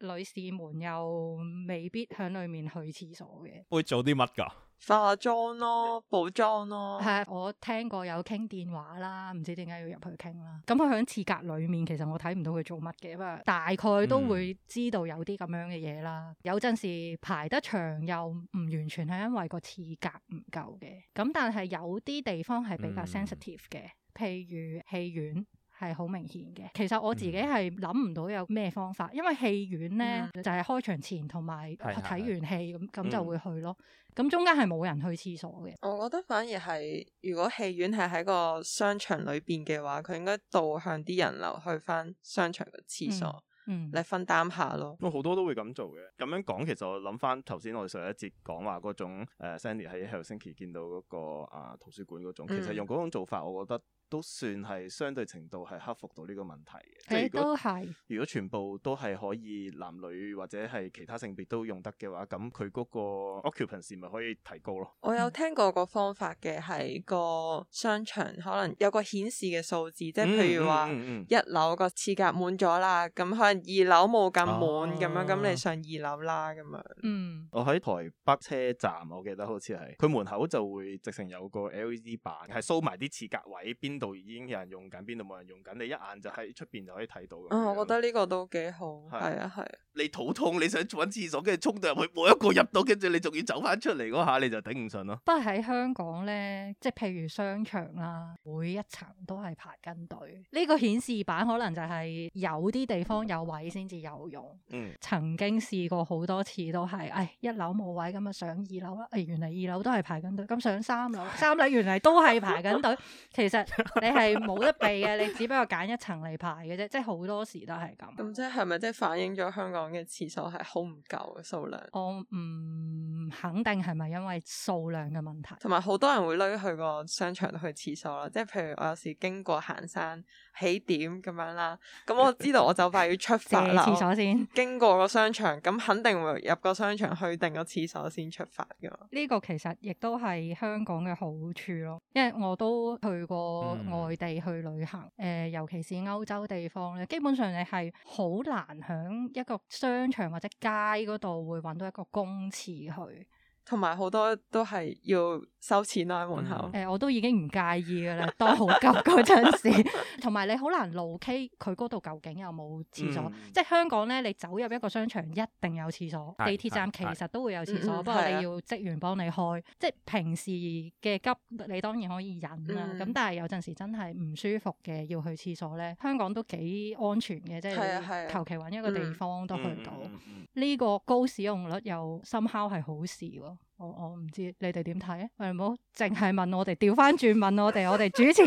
[SPEAKER 1] 女士們又未必喺裡面去廁所嘅。
[SPEAKER 4] 會做啲乜㗎？
[SPEAKER 2] 化妝咯，補妝咯，
[SPEAKER 1] 係，我聽過有傾電話啦，唔知點解要入去傾啦。咁佢喺廁格裡面，其實我睇唔到佢做乜嘅，不過大概
[SPEAKER 4] 嗯
[SPEAKER 1] 都會知道有啲咁樣嘅嘢啦。有陣時排得長又唔完全係因為個廁格唔夠嘅，咁但係有啲地方係比較
[SPEAKER 4] 嗯
[SPEAKER 1] sensitive 嘅，譬如戲院。係好明顯嘅。其實我自己
[SPEAKER 4] 嗯
[SPEAKER 1] 係諗唔到有咩方法，因為戲院呢，就係開場前同埋
[SPEAKER 4] 係係
[SPEAKER 1] 睇完戲咁咁就
[SPEAKER 3] 嗯
[SPEAKER 1] 會去咯。咁中間係冇人去廁所嘅。
[SPEAKER 2] 我覺得反而係，如果戲院係喺個商場裏邊嘅話，佢應該導向啲人流去翻商場嘅廁所，
[SPEAKER 1] 嗯，
[SPEAKER 2] 你分擔下咯。
[SPEAKER 3] 咁好多都會咁做嘅。咁樣講，其實我諗翻頭先我哋上一節講話嗰種、呃、Sandy 喺 Helsinki 見到嗰、個啊、圖書館嗰種，其實
[SPEAKER 2] 嗯
[SPEAKER 3] 用嗰種做法，我覺得都算係相對程度係克服到呢個問題嘅。即係
[SPEAKER 1] 誒
[SPEAKER 3] 如果
[SPEAKER 1] 都係，
[SPEAKER 3] 如果全部都係可以男女或者係其他性別都用得嘅話，咁佢嗰個 occupancy 咪可以提高咯。
[SPEAKER 2] 我有聽過個方法嘅係個商場可能有個顯示嘅數字，即係譬如話
[SPEAKER 3] 嗯嗯嗯
[SPEAKER 2] 一樓個廁格滿咗啦，咁可能二樓冇咁滿咁樣，
[SPEAKER 3] 啊
[SPEAKER 2] 咁你上二樓啦咁樣。
[SPEAKER 1] 嗯，
[SPEAKER 3] 我喺台北車站，我記得好似係佢門口就會直情有個 LED 板，係 show 埋啲廁格位，邊度已經有人用緊，邊度冇人用緊，你一眼就喺出邊就可以睇到咁樣。
[SPEAKER 2] 啊，我覺得呢個都幾好，
[SPEAKER 3] 係
[SPEAKER 2] 係啊係。
[SPEAKER 3] 你肚痛，你想揾廁所，跟住衝到入去，冇一個入到，跟住你仲要走翻出嚟嗰下，你就頂唔順咯。
[SPEAKER 1] 不過喺香港呢，即係譬如商場啦，每一層都係排緊隊。呢、個顯示板可能就係有啲地方有位先至有用。
[SPEAKER 3] 嗯，
[SPEAKER 1] 曾經試過好多次都係，唉，一樓冇位咁啊上二樓啦，唉，原嚟二樓都係排緊隊，咁上三 樓，三樓原嚟都係排緊 隊。其實你係冇得避嘅，你只不過揀一層嚟排嘅啫，即係好多時都係咁。
[SPEAKER 2] 咁即係咪即係反映咗香港嘅廁所係好唔夠嘅數量，
[SPEAKER 1] 我唔肯定係咪因為數量嘅問題。
[SPEAKER 2] 同埋好多人會匿去個商場去廁所啦。即係譬如我有時經過行山起點咁樣啦，咁我知道我就快要出
[SPEAKER 1] 借
[SPEAKER 2] 發啦。
[SPEAKER 1] 廁所先，
[SPEAKER 2] 我經過個商場，咁肯定會入個商場去定個廁所先出發噶嘛。
[SPEAKER 1] 呢個其實亦都係香港嘅好處咯，因為我都去過
[SPEAKER 4] 嗯
[SPEAKER 1] 外地去旅行，誒、呃尤其是歐洲地方咧，基本上你係好難喺一個商場或者街嗰度會揾到一個公廁去。
[SPEAKER 2] 同埋好多都係要收錢啦喺門口
[SPEAKER 1] 誒、
[SPEAKER 4] 嗯
[SPEAKER 1] 我都已經唔介意㗎啦， 當好急嗰陣時， 同埋你好難路 K 佢嗰度究竟有冇廁所？
[SPEAKER 3] 嗯
[SPEAKER 1] 即係香港咧，你走入一個商場一定有廁所，
[SPEAKER 4] 係
[SPEAKER 1] 地鐵站其實都會有廁
[SPEAKER 2] 係
[SPEAKER 1] 所，
[SPEAKER 2] 係
[SPEAKER 1] 不過
[SPEAKER 2] 嗯嗯係啊
[SPEAKER 1] 你要職員幫你開。即係平時嘅急，你當然可以忍啦。
[SPEAKER 2] 嗯
[SPEAKER 1] 咁、但係有陣時真係唔舒服嘅，要去廁所咧，香港都幾安全嘅，即
[SPEAKER 2] 係啊係
[SPEAKER 1] 係
[SPEAKER 2] 啊
[SPEAKER 1] 求其揾一個地方都去到。
[SPEAKER 3] 嗯嗯嗯
[SPEAKER 1] 呢個高使用率又深烤係好事喎。我我唔知你哋點睇啊？喂，唔好淨係問我哋，調翻轉問我 哋，我哋主持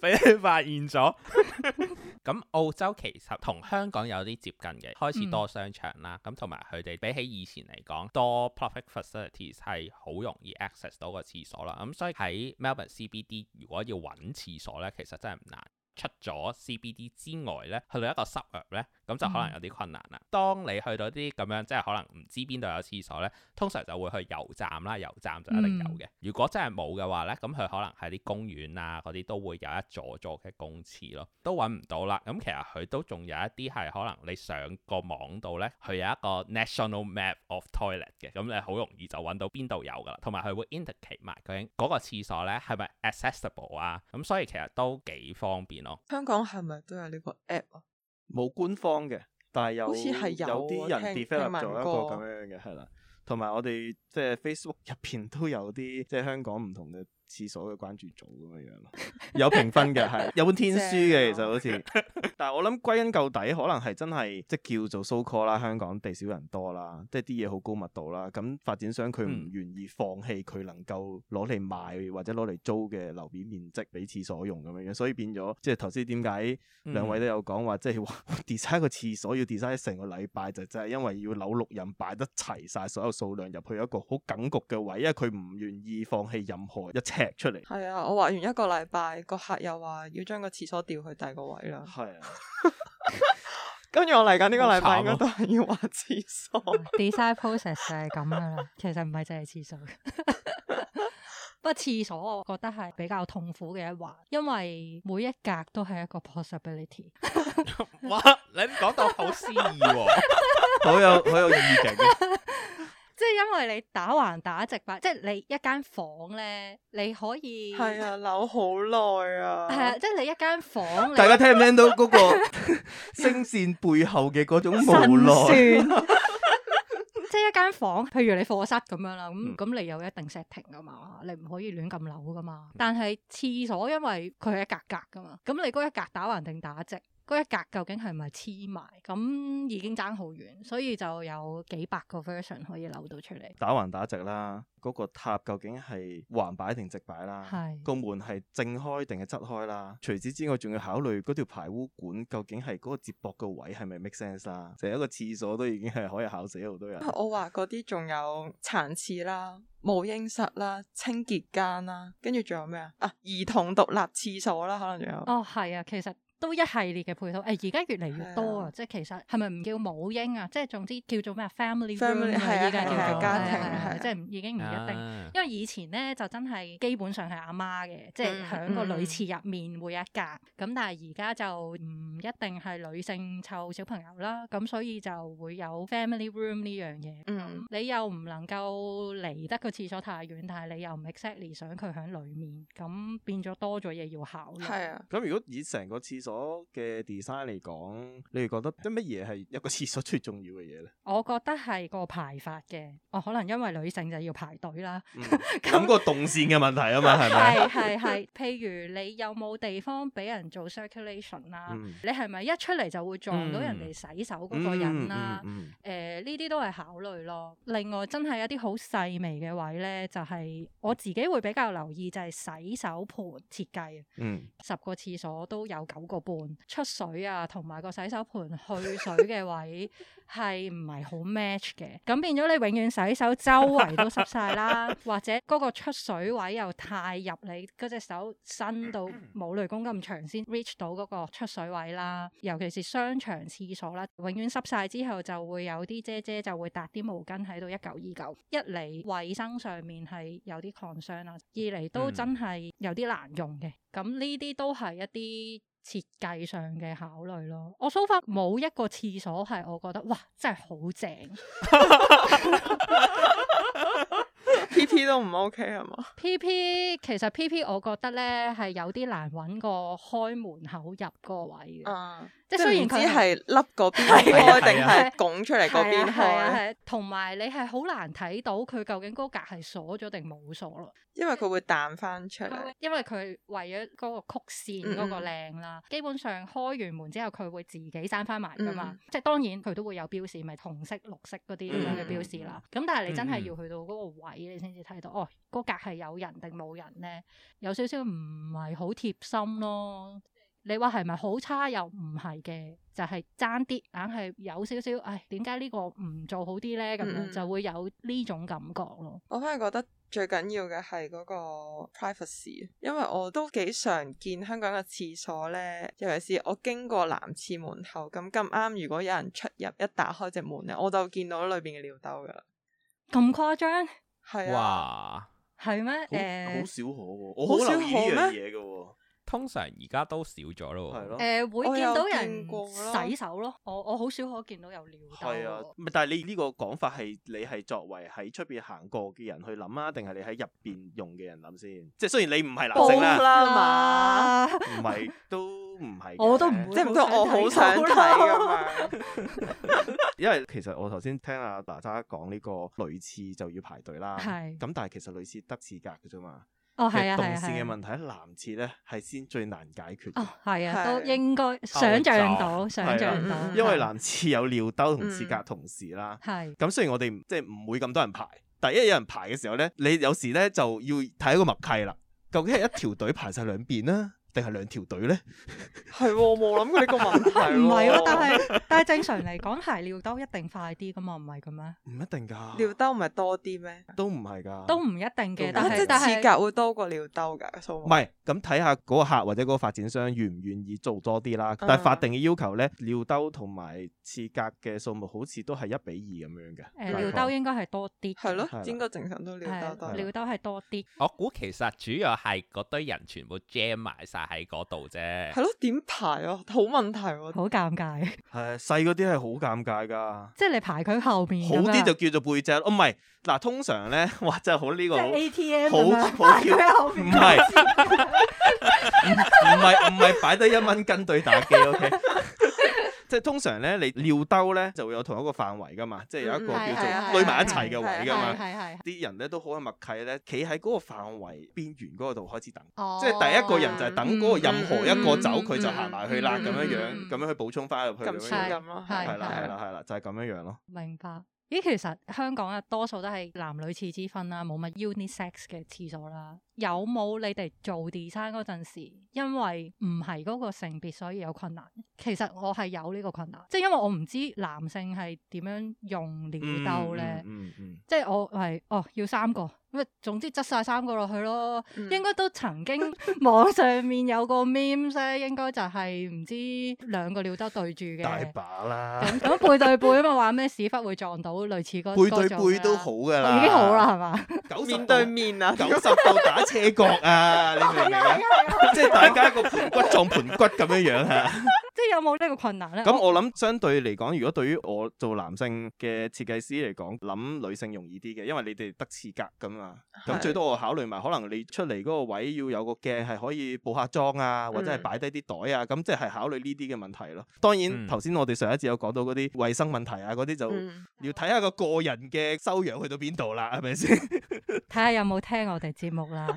[SPEAKER 4] 俾你發現咗。 咁澳洲其實同香港有啲接近嘅，開始多商場啦，咁同埋佢哋比起以前嚟講，多 public facilities 係好容易 access 到個廁所啦。咁所以喺 Melbourne CBD 如果要揾廁所呢，其實真係唔難。出咗 CBD 之外呢，去到一個 suburb 呢，咁就可能有啲困難啦。當你去到啲咁樣，即係可能唔知邊度有廁所呢，通常就會去油站啦，油站就一定有
[SPEAKER 1] 嗯
[SPEAKER 4] 嘅。如果真係冇嘅話呢，咁佢可能喺啲公園啊嗰啲都會有一座座嘅公廁咯，都揾唔到啦。咁其實佢都仲有一啲係可能你上個網度呢，佢有一個 national map of toilet 嘅，咁你好容易就揾到邊度有噶啦。同埋佢會 indicate 埋究竟嗰個廁所呢係咪 accessible 啊，咁所以其實都幾方便 咯。
[SPEAKER 2] 香港係咪都有呢個 app 啊？
[SPEAKER 3] 冇官方嘅，但係有
[SPEAKER 2] 好似係有啊
[SPEAKER 3] 有啲人
[SPEAKER 2] 聽聽
[SPEAKER 3] develop 咗
[SPEAKER 2] 聞
[SPEAKER 3] 一個
[SPEAKER 2] 過
[SPEAKER 3] 咁樣嘅，係啦。同埋我哋即係 Facebook 入邊都有 啲即係香港唔同嘅廁所嘅關注組咁樣樣咯，有評分嘅 係有本天書嘅，其實
[SPEAKER 2] 正啊
[SPEAKER 3] 好似。但係我諗歸根究底，可能係真係即係叫做 so call 啦，香港地少人多啦，即係啲嘢好高密度啦。咁發展商佢唔
[SPEAKER 4] 嗯
[SPEAKER 3] 願意放棄佢能夠攞嚟賣或者攞嚟租嘅樓面面積俾廁所用咁樣樣，所以變咗即係頭先點解兩位
[SPEAKER 4] 嗯
[SPEAKER 3] 都有講話，即係話 design 個廁所要 design 成個禮拜，就真係因為要扭六壬擺得齊晒所有數量入去一個好緊局嘅位，因為佢唔願意放棄任何一尺出嚟。
[SPEAKER 2] 係啊，我畫完一個禮拜，個客又話要將個廁所調去第二個位啦。
[SPEAKER 3] 係啊，
[SPEAKER 2] 跟住我嚟緊呢個禮
[SPEAKER 4] 好慘啊
[SPEAKER 2] 拜應該都係要畫廁所。
[SPEAKER 1] design process 就係咁噶啦。其實唔係淨係廁所， 不過廁所我覺得係比較痛苦嘅一環，因為每一格都係一個 possibility。
[SPEAKER 4] 哇！你講到好詩意喎、
[SPEAKER 3] 好有好有意境 嘅。
[SPEAKER 1] 即係因為你打橫打直吧，即係你一間房咧，你可以
[SPEAKER 2] 係啊，扭好耐啊。
[SPEAKER 1] 係啊，即係你一間房，你
[SPEAKER 3] 大家聽唔聽到嗰個聲線背後嘅嗰種無
[SPEAKER 1] 神
[SPEAKER 3] 奈？
[SPEAKER 1] 算，即係一間房，譬如你課室咁樣啦，咁
[SPEAKER 3] 嗯
[SPEAKER 1] 咁、你有一定 setting 噶嘛，你唔可以亂咁扭噶嘛。但係廁所因為佢係一格格噶嘛，咁你嗰一格打橫定打直，嗰一格究竟係咪黐埋，咁已經爭好遠，所以就有幾百個 version 可以扭到出嚟。
[SPEAKER 3] 打橫打直啦，嗰、個塔究竟係橫擺定直擺啦，
[SPEAKER 1] 係
[SPEAKER 3] 個門係正開定係側開啦。除此之外，仲要考慮嗰條排污管究竟係嗰個接駁嘅位係咪 make sense 啦。成一個廁所都已經係可以考死好多人。
[SPEAKER 2] 我話嗰啲仲有殘廁啦、母嬰室啦、清潔間啦，跟住仲有咩啊？啊，兒童獨立廁所啦，可能仲有。
[SPEAKER 1] 哦，係啊，其實都一系列嘅配套，誒而家越嚟越多
[SPEAKER 2] 係
[SPEAKER 1] 啊
[SPEAKER 2] 啊，
[SPEAKER 1] 即係其實係咪唔叫母嬰啊？即係總之叫做咩啊 family
[SPEAKER 2] Family-
[SPEAKER 1] room
[SPEAKER 2] 係
[SPEAKER 1] 啊，
[SPEAKER 2] 啊
[SPEAKER 1] 依家叫
[SPEAKER 2] 係
[SPEAKER 1] 做
[SPEAKER 2] 啊家
[SPEAKER 1] 係啊
[SPEAKER 2] 庭
[SPEAKER 1] 係啊
[SPEAKER 2] 係啊
[SPEAKER 1] 即係唔已 經唔一定。
[SPEAKER 4] 啊
[SPEAKER 1] 因為以前咧就真係基本上係阿媽嘅，即係
[SPEAKER 2] 嗯
[SPEAKER 1] 喺個
[SPEAKER 2] 嗯
[SPEAKER 1] 女廁入面會有一格。咁但係而家就唔一定係女性湊小朋友啦，咁所以就會有 family room 呢樣嘢。
[SPEAKER 2] 嗯，
[SPEAKER 1] 你又唔能夠離得個廁所太遠，但係你又唔 exactly 想佢喺裡面，咁變咗多咗嘢要考慮。
[SPEAKER 2] 係啊，
[SPEAKER 3] 咁如果以成個廁所嘅 design 嚟講，你哋覺得啲乜嘢係一個廁所最重要嘅嘢咧？
[SPEAKER 1] 我覺得係個排法嘅，哦，可能因為女性就要排隊啦。
[SPEAKER 3] 咁個動線嘅問題啊嗯嘛，係咪？
[SPEAKER 1] 係係係， 譬如你有冇地方俾人做 circulation 啊啦、
[SPEAKER 3] 嗯
[SPEAKER 1] 你係咪一出嚟就會撞到人哋
[SPEAKER 4] 嗯
[SPEAKER 1] 洗手嗰個人啦、
[SPEAKER 3] 嗯嗯
[SPEAKER 1] 誒呢啲都係考慮咯。另外真係一啲好細微嘅位咧，就係、我自己會比較留意就係洗手盤設計，啊
[SPEAKER 3] 嗯
[SPEAKER 1] 十個廁所都有九個半出水啊，同埋個洗手盤去水嘅位係唔係好 match 嘅？咁變咗你永遠洗手周圍都濕晒啦，或者嗰個出水位又太入你嗰隻手伸到冇雷公咁長先 reach 到嗰個出水位啦。尤其是商場廁所啦，永遠濕晒之後就會有啲姐姐就會搭啲毛巾喺度一嚿二嚿，一嚟衞生上面係有啲 concern 啦，二嚟都
[SPEAKER 4] 嗯
[SPEAKER 1] 真係有啲難用嘅。咁呢啲都係一啲設計上嘅考慮咯。我 so far 冇一個廁所係我覺得哇，真係好 正。
[SPEAKER 2] P P 都唔 OK 係嘛？
[SPEAKER 1] P P 其實 P P 我覺得咧係有啲難揾個開門口入嗰個位嘅，
[SPEAKER 2] 啊，
[SPEAKER 1] 即係
[SPEAKER 2] 係
[SPEAKER 1] 雖然
[SPEAKER 2] 唔知
[SPEAKER 1] 佢
[SPEAKER 2] 係凹嗰邊
[SPEAKER 1] 係
[SPEAKER 4] 啊
[SPEAKER 2] 開定
[SPEAKER 1] 係啊
[SPEAKER 2] 係拱出嚟嗰邊
[SPEAKER 1] 係啊
[SPEAKER 2] 開，
[SPEAKER 1] 係啊，同埋你係好難睇到佢究竟嗰格係鎖咗定冇鎖咯。
[SPEAKER 2] 因為佢會彈翻出
[SPEAKER 1] 佢
[SPEAKER 2] 嚟
[SPEAKER 1] 哦會。因為佢為咗嗰個曲線
[SPEAKER 2] 嗯
[SPEAKER 1] 嗰個靚啦，基本上開完門之後佢會自己閂翻埋噶嘛，
[SPEAKER 2] 嗯
[SPEAKER 1] 即係當然佢都會有標示，咪紅色、綠色嗰啲咁樣嘅
[SPEAKER 2] 嗯
[SPEAKER 1] 標示啦。咁、但係你真係要去到嗰個位，你先至睇到哦，嗰格係有人定冇人咧，有少少唔係好貼心咯。你話係咪好差又唔係嘅，就係爭啲，硬係有少少，唉，點解呢個唔做好啲咧？咁樣、
[SPEAKER 2] 嗯嗯
[SPEAKER 1] 就會有呢種感覺咯。
[SPEAKER 2] 我反而覺得最緊要嘅係嗰個 privacy，因為我都幾常見香港嘅廁所咧，尤其是我經過男廁門口咁咁啱，如果有人出入一打開隻門咧，我就見到裏邊嘅尿兜噶啦。
[SPEAKER 1] 咁誇張
[SPEAKER 2] 係啊，
[SPEAKER 4] 哇！
[SPEAKER 1] 係咩？
[SPEAKER 3] 好
[SPEAKER 1] 誒、
[SPEAKER 3] 好少可喎，我
[SPEAKER 2] 好
[SPEAKER 3] 好
[SPEAKER 2] 少
[SPEAKER 3] 留意呢
[SPEAKER 2] 可
[SPEAKER 3] 樣
[SPEAKER 2] 咩
[SPEAKER 3] 嘢嘅喎，
[SPEAKER 4] 通常而家都少咗咯喎。
[SPEAKER 3] 係咯。
[SPEAKER 1] 誒、會
[SPEAKER 2] 我
[SPEAKER 1] 見
[SPEAKER 2] 有
[SPEAKER 1] 到
[SPEAKER 2] 見過
[SPEAKER 1] 人
[SPEAKER 2] 咯
[SPEAKER 1] 洗手咯，我我好少可見到有尿兜
[SPEAKER 3] 係啊
[SPEAKER 1] 喎。，
[SPEAKER 3] 咪但係你呢個講法係你係作為喺出邊行過嘅人去諗啊，定係你喺入邊用嘅人諗先？即係雖然你唔係男性
[SPEAKER 2] 報
[SPEAKER 3] 啦，
[SPEAKER 2] 啦嘛，
[SPEAKER 3] 唔係都唔係嘅，
[SPEAKER 1] 我都唔會
[SPEAKER 2] 即係唔通我好想睇咁 樣。
[SPEAKER 3] 因為其實我頭先聽阿娜渣講呢個女廁就要排隊啦，
[SPEAKER 1] 係
[SPEAKER 3] 咁，但係其實女廁得廁格嘅啫嘛，
[SPEAKER 1] 哦，
[SPEAKER 3] 其
[SPEAKER 1] 係
[SPEAKER 3] 實
[SPEAKER 1] 啊，
[SPEAKER 3] 動
[SPEAKER 1] 係啊，
[SPEAKER 3] 線嘅
[SPEAKER 1] 係啊。
[SPEAKER 3] 問題，男廁咧係先最難解決嘅
[SPEAKER 1] 哦，，係啊，都
[SPEAKER 2] 係
[SPEAKER 1] 應該想像到，想像
[SPEAKER 3] 係
[SPEAKER 1] 到
[SPEAKER 2] 啊，
[SPEAKER 1] 係
[SPEAKER 3] 因為男廁有尿兜同
[SPEAKER 2] 嗯
[SPEAKER 3] 廁格同時啦。
[SPEAKER 1] 係
[SPEAKER 3] 咁雖然我哋唔即係唔會咁多人排，但係一有人排嘅時候咧，你有時咧就要睇一個默契啦。究竟係一條隊排晒兩邊啦，定係兩條隊咧？
[SPEAKER 2] 係喎，我冇諗過呢個問題。
[SPEAKER 1] 唔係
[SPEAKER 2] 喎
[SPEAKER 1] 喎？，但係但係正常嚟講，鞋尿兜一定快啲噶嘛，唔係嘅咩？
[SPEAKER 3] 唔一定㗎，
[SPEAKER 2] 尿兜唔係多啲咩？
[SPEAKER 3] 都唔係㗎，
[SPEAKER 1] 都唔一定嘅，
[SPEAKER 3] 都
[SPEAKER 1] 但
[SPEAKER 2] 啊
[SPEAKER 1] 係
[SPEAKER 2] 即係
[SPEAKER 1] 但
[SPEAKER 2] 廁
[SPEAKER 1] 係
[SPEAKER 2] 格會多過尿兜㗎，數目
[SPEAKER 3] 唔係咁睇下嗰個客或者嗰個發展商願唔願意做多啲
[SPEAKER 1] 嗯
[SPEAKER 3] 啦。但係法定嘅要求咧，尿兜同埋廁格嘅數目好似都係一比二咁樣嘅。
[SPEAKER 1] 誒尿兜應該係多啲嘅，
[SPEAKER 2] 係
[SPEAKER 3] 係啦
[SPEAKER 2] 咯，應該正常都
[SPEAKER 1] 係，
[SPEAKER 2] 尿兜多。
[SPEAKER 1] 尿兜係多啲。
[SPEAKER 4] 我估其實主要係嗰堆人全部 jam 埋晒喺嗰度啫
[SPEAKER 2] 係。咯，點排啊？好問題喎。
[SPEAKER 1] 好尷尬，
[SPEAKER 3] 係細嗰啲係好尷尬㗎。
[SPEAKER 1] 即係你排佢後面
[SPEAKER 3] 好
[SPEAKER 1] 嗯咁啊樣
[SPEAKER 3] 啲就叫做背脊，哦唔係嗱，通常咧，哇真係好呢個 好
[SPEAKER 1] 即係 ATM 咁樣
[SPEAKER 3] 好好
[SPEAKER 1] 排
[SPEAKER 3] 叫
[SPEAKER 1] 佢後
[SPEAKER 3] 唔
[SPEAKER 1] 面。
[SPEAKER 3] 係，唔唔係唔係擺低一蚊跟對打機，OK，即係通常咧，你尿兜咧就會有同一個範圍噶嘛，即係有一個
[SPEAKER 2] 嗯嗯
[SPEAKER 3] 叫
[SPEAKER 2] 係啊係啊
[SPEAKER 3] 做堆埋一齊嘅
[SPEAKER 2] 係啊
[SPEAKER 3] 位
[SPEAKER 2] 係
[SPEAKER 3] 噶
[SPEAKER 2] 啊
[SPEAKER 3] 嘛
[SPEAKER 2] 係。
[SPEAKER 1] 係係係，
[SPEAKER 3] 啲人咧都好有默契咧，企喺嗰個範圍邊緣嗰度開始等，
[SPEAKER 1] 哦
[SPEAKER 3] 即係第一個人就係等嗰個任何一個走，
[SPEAKER 1] 嗯嗯嗯嗯
[SPEAKER 3] 佢就行埋去啦，
[SPEAKER 2] 嗯
[SPEAKER 3] 咁樣
[SPEAKER 1] 嗯
[SPEAKER 3] 樣，咁樣去補充翻入去咁
[SPEAKER 2] 咁
[SPEAKER 3] 樣
[SPEAKER 2] 算
[SPEAKER 3] 樣，
[SPEAKER 2] 咁咯，
[SPEAKER 1] 係
[SPEAKER 3] 係啦
[SPEAKER 1] 係
[SPEAKER 3] 係啦係啦，就係咁樣樣咯。
[SPEAKER 1] 明
[SPEAKER 3] 嗯
[SPEAKER 1] 白。咦，其實香港啊，多數都係男女廁之分啊啦，冇乜 unisex 嘅廁所啦。有冇你哋做 design 嗰陣時，因為唔係嗰個性別，
[SPEAKER 3] 嗯
[SPEAKER 1] 所以有困難？其實我係有呢個困難，即係因為我唔知男性係點樣用尿兜咧。
[SPEAKER 3] 嗯嗯嗯
[SPEAKER 1] 即係我係哦要三個，咁啊總之執晒三個落去咯。
[SPEAKER 2] 嗯
[SPEAKER 1] 應該都曾經 網上面有個 memes 咧，應該就係唔知兩個尿兜對住
[SPEAKER 3] 嗯大
[SPEAKER 1] 嘅，
[SPEAKER 3] 把啦，
[SPEAKER 1] 咁咁背對背啊嘛，話咩屎忽會撞到類似嗰
[SPEAKER 3] 背
[SPEAKER 1] 嗰
[SPEAKER 3] 對
[SPEAKER 1] 種
[SPEAKER 3] 背都
[SPEAKER 1] 啦
[SPEAKER 3] 好噶
[SPEAKER 1] 哦
[SPEAKER 3] 啦，
[SPEAKER 1] 已經好啦係嘛？
[SPEAKER 3] 90度，
[SPEAKER 2] 面對面啊，
[SPEAKER 3] 九十度打斜角 啊，你明唔明啊？即係大家個盤骨撞盤骨咁樣樣啊。
[SPEAKER 1] 即係有冇呢個困難咧？
[SPEAKER 3] 咁我諗相對嚟講，如果對於我做男性嘅設計師嚟講，諗女性容易啲嘅，因為你哋得次格噶嘛。咁
[SPEAKER 2] 係
[SPEAKER 3] 最多我考慮埋，可能你出嚟嗰個位要有個鏡係可以補下妝啊，或者係
[SPEAKER 2] 嗯
[SPEAKER 3] 擺低啲袋啊，咁即係考慮呢啲嘅問題咯。當然
[SPEAKER 4] 嗯
[SPEAKER 3] 頭先我哋上一節有講到嗰啲衞生問題啊，嗰啲就
[SPEAKER 2] 嗯
[SPEAKER 3] 要睇下個個人嘅修養去到邊度啦，係咪先？
[SPEAKER 1] 睇下有冇聽我哋節目 啦，